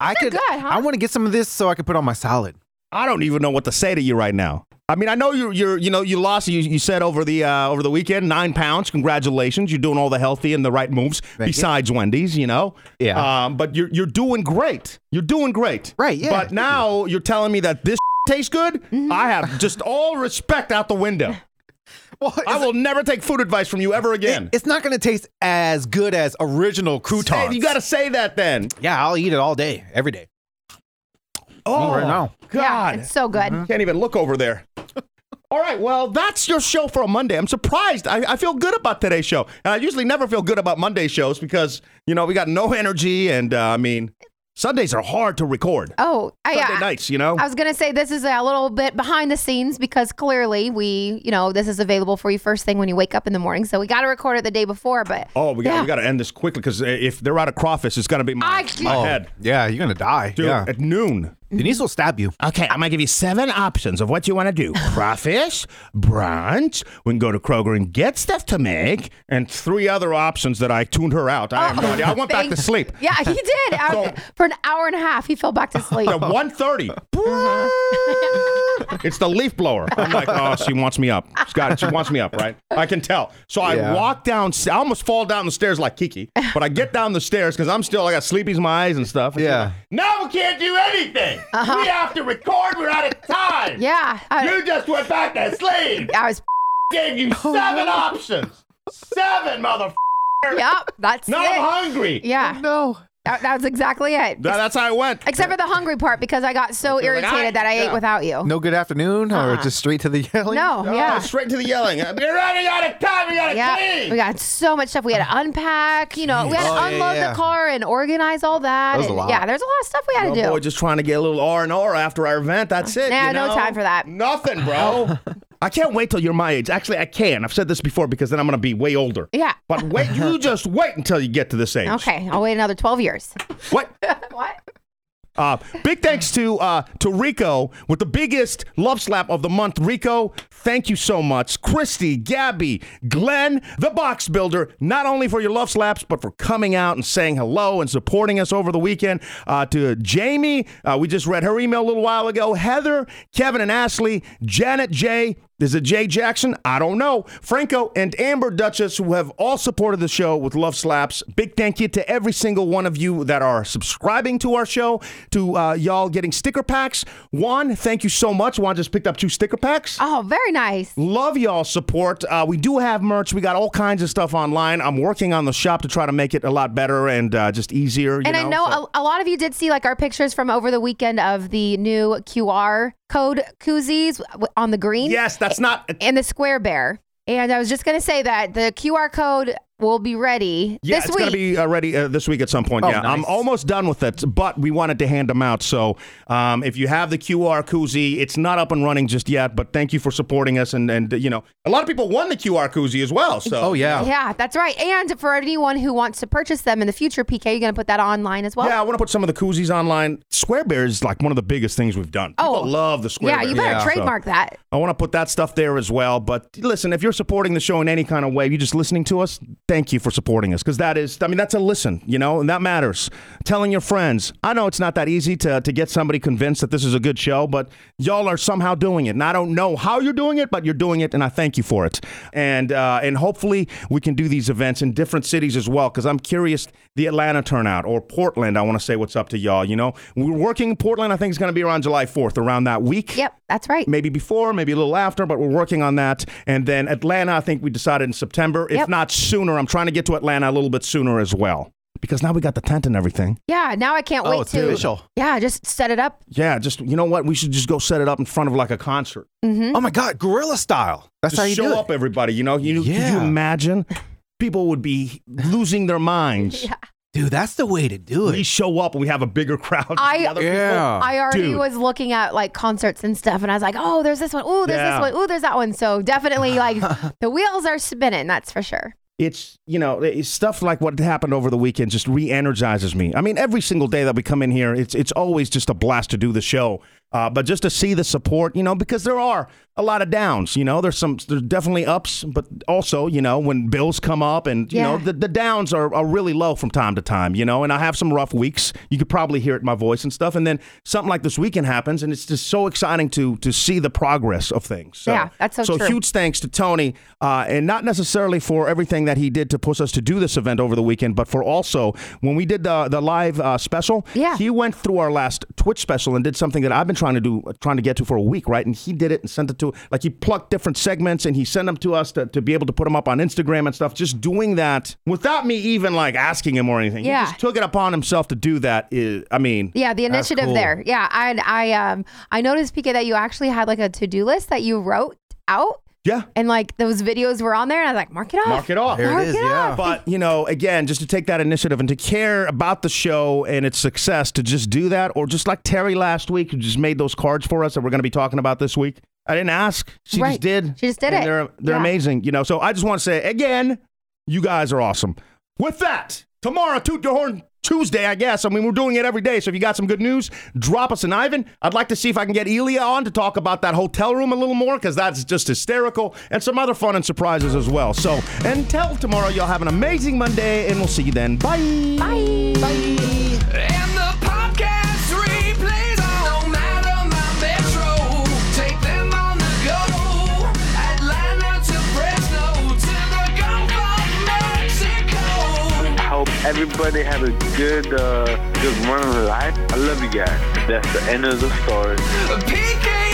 G: I could. I want to get some of this so I could put on my salad.
A: I don't even know what to say to you right now. I mean, I know you're, you're you know, you lost. You, you said over the uh, over the weekend, nine pounds. Congratulations, you're doing all the healthy and the right moves. besides Wendy's, you know. Yeah. Um, but you're you're doing great. You're doing great. Right.
G: yeah. Mm-hmm.
A: But now you're telling me that this tastes good. I have just all respect out the window. I will never take food advice from you ever again.
G: It's not going to taste as good as original croutons.
A: you got to say that then.
G: Yeah, I'll eat it all day, every day.
A: Oh,
G: right now.
A: God. Mm-hmm.
D: it's so good.
A: Can't even look over there. All right, well, that's your show for a Monday. I'm surprised. I, I feel good about today's show. And I usually never feel good about Monday shows because, you know, we got no energy. And, uh, I mean, Sundays are hard to record.
D: Oh, I,
A: Sunday
D: yeah.
A: nights, you know?
D: I was gonna say this is a little bit behind the scenes because clearly we, you know, this is available for you first thing when you wake up in the morning. So we got to record it the day before. But
A: oh, we got,
D: yeah.
A: we got to end this quickly because if they're out of crawfish, it's going to be my,
D: I-
A: my
D: Oh,
A: head.
G: Yeah, you're going to die.
A: Dude,
G: yeah.
A: at noon.
G: Denise will stab you.
A: Okay, I'm gonna give you seven options of what you want to do: crawfish, brunch. We can go to Kroger and get stuff to make, and three other options that I tuned her out. I have no idea. I went back to
D: Oh, Thank-
A: sleep.
D: Yeah, he did. I- for an hour and a half, he fell back to sleep. Uh-huh.
A: At 1.30. It's the leaf blower. I'm like, oh, she wants me up. She's got it. She wants me up, right? I can tell. So I
B: Yeah.
A: walk down. I almost fall down the stairs like Kiki, but I get down the stairs because I'm still. I got sleepies in my eyes and stuff. And she's
B: Yeah.
A: like, Now we can't do anything. We have to record. We're out of time.
D: Uh-huh. Yeah.
A: you just went back to sleep.
D: I was
A: gave you seven options. Seven, motherfucker.
D: Yep, that's
A: Now
D: it.
A: I'm hungry.
D: Yeah. no. That, that was exactly it.
A: That- that's how I went.
D: Except for the hungry part because I got so
A: You're like,
D: irritated
A: "I-
D: that I ate
A: yeah."
D: without you.
G: No good afternoon, or
D: Uh-uh.
G: just straight to the yelling.
D: No, yeah.
A: Ah. Straight to the yelling. We're running out of time. We gotta
D: Yeah,
A: clean.
D: we got so much stuff. We had to unpack. You know, we had to
A: Jeez. Oh, yeah,
D: unload
A: yeah.
D: the car and organize all that.
A: That was a
D: and
A: lot.
D: Yeah, there's a lot of stuff we had to
A: Oh,
D: do.
A: boy, just trying to get a little R and R after our event. That's it.
D: nah,
A: you
D: no
A: know?
D: time for that.
A: Nothing, bro. I can't wait till you're my age. Actually, I can. I've said this before because then I'm gonna be way older.
D: Yeah.
A: But wait, you just wait until you get to this age.
D: Okay, I'll wait another 12 years.
A: What?
D: what?
A: Uh, big thanks to uh, to Rico with the biggest love slap of the month. Rico, thank you so much. Christy, Gabby, Glenn, the box builder, not only for your love slaps, but for coming out and saying hello and supporting us over the weekend. Uh, to Jamie, uh, we just read her email a little while ago. Heather, Kevin and Ashley, Janet J. Is it Jay Jackson? I don't know. Franco and Amber Duchess, who have all supported the show with love slaps. Big thank you to every single one of you that are subscribing to our show, to uh, y'all getting sticker packs. Juan, thank you so much. Juan just picked up two sticker packs.
D: Oh, very nice.
A: Love y'all's support. Uh, we do have merch. We got all kinds of stuff online. I'm working on the shop to try to make it a lot better and uh, just easier. you
D: and I know
A: so-
D: a, a lot of you did see like our pictures from over the weekend of the new QR code koozies w- on the green.
A: Yes, that's not.
D: And the square bear. And I was just going to say that the QR code will be ready
A: Yeah,
D: this
A: it's
D: week.
A: gonna be uh, ready uh, this week at some point.
D: Oh,
A: yeah, I'm
D: nice.
A: almost done with it, but we wanted to hand them out. So um, if you have the QR koozie, it's not up and running just yet. But thank you for supporting us, and and you know a lot of people won the QR koozie as well. So oh
D: Yeah, that's right. And for anyone who wants to purchase them in the future, PK, you're going to put that online as well?
A: yeah. I want to put some of the koozies online. Square Bear is like one of the biggest things we've done. People
D: Oh.
A: love the Square
D: Yeah,
A: Bear.
D: you better trademark
A: So
D: that.
A: I want to put that stuff there as well. But listen, if you're supporting the show in any kind of way, you're just listening to us, thank you for supporting us. Because that is, I mean, that's a listen, you know, and that matters. Telling your friends. I know it's not that easy to, to get somebody convinced that this is a good show, but y'all are somehow doing it. And I don't know how you're doing it, but you're doing it, and I thank you for it. And, uh, and hopefully we can do these events in different cities as well, because I'm curious the Atlanta turnout or Portland. I want to say what's up to y'all, you know. We're working in Portland, I think it's going to be around July 4th, around that week.
D: Yep, that's right.
A: Maybe before, maybe a little after, but we're working on that. And then Atlanta, I think we decided in September, if not sooner. I'm trying to get to Atlanta a little bit sooner as well. because now we got the tent and everything.
D: Yeah, now I can't
A: Oh,
D: wait
A: it's
D: to.
A: official.
D: Yeah, just set it up.
A: Yeah, just you know what? We should just go set it up in front of like a concert.
D: Mm-hmm.
A: Oh my God, gorilla style. That's
G: how you
A: show
G: do it.
A: up, everybody. You know, you could you imagine people would be losing their minds. Dude, that's the way to do it. We show up and we have a bigger crowd. than
D: I
A: Oh, the other people.
D: I already
A: Dude.
D: was looking at like concerts and stuff, and I was like, oh, there's this one. Oh, there's
A: Yeah.
D: this one. Oh, there's that one. So definitely, like the wheels are spinning. That's for sure.
A: It's you know it's stuff like what happened over the weekend just re-energizes me. I mean, every single day that we come in here, it's it's always just a blast to do the show. Uh, but just to see the support, you know, because there are a lot of downs. You know, there's some there's definitely ups, but also you know when bills come up and you know
B: Yeah.
A: the, the downs are, are really low from time to time. You know, and I have some rough weeks. You could probably hear it in my voice and stuff. And then something like this weekend happens, and it's just so exciting to to see the progress of things. So,
D: Yeah, that's so true.
A: huge thanks to Tony, uh, and not necessarily for everything that he did to push us to do this event over the weekend, but for also when we did the the live uh, special. Yeah. he went through our last Twitch special and did something that I've been trying to do, trying to get to for a week, right? And he did it and sent it to like he plucked different segments and he sent them to us to, to be able to put them up on Instagram and stuff. Just doing that without me even like asking him or anything.
D: Yeah.
A: he just took it upon himself to do that. Is I mean,
D: Yeah, the
A: that's
D: initiative
A: cool.
D: there. Yeah, I I um I noticed Pika that you actually had like a to do list that you wrote out.
A: Yeah.
D: And like those videos were on there, and I was like, mark it off.
A: Mark it off.
D: mark it off.
A: But you know, again, just to take that initiative and to care about the show and its success, to just do that, or just like Terry last week, who just made those cards for us that we're going to be talking about this week. I didn't ask; she
D: Right.
A: just did.
D: She just did
A: And
D: it.
A: They're they're
D: Yeah.
A: amazing, you know. So I just want to say again, you guys are awesome. With that, tomorrow, toot your horn. Tuesday, I guess. I mean, we're doing it every day. So if you got some good news, drop us an Ivan. I'd like to see if I can get Elia on to talk about that hotel room a little more because that's just hysterical and some other fun and surprises as well. So until tomorrow, y'all have an amazing Monday and we'll see you then. Bye. Bye. Bye.
H: And the podcast replays no matter my metro. Take them on the go. Atlanta to Fresno to the Gulf of Mexico.
K: I hope everybody have a good, uh, good run of life. I love you guys. That's the end of the story.
H: PK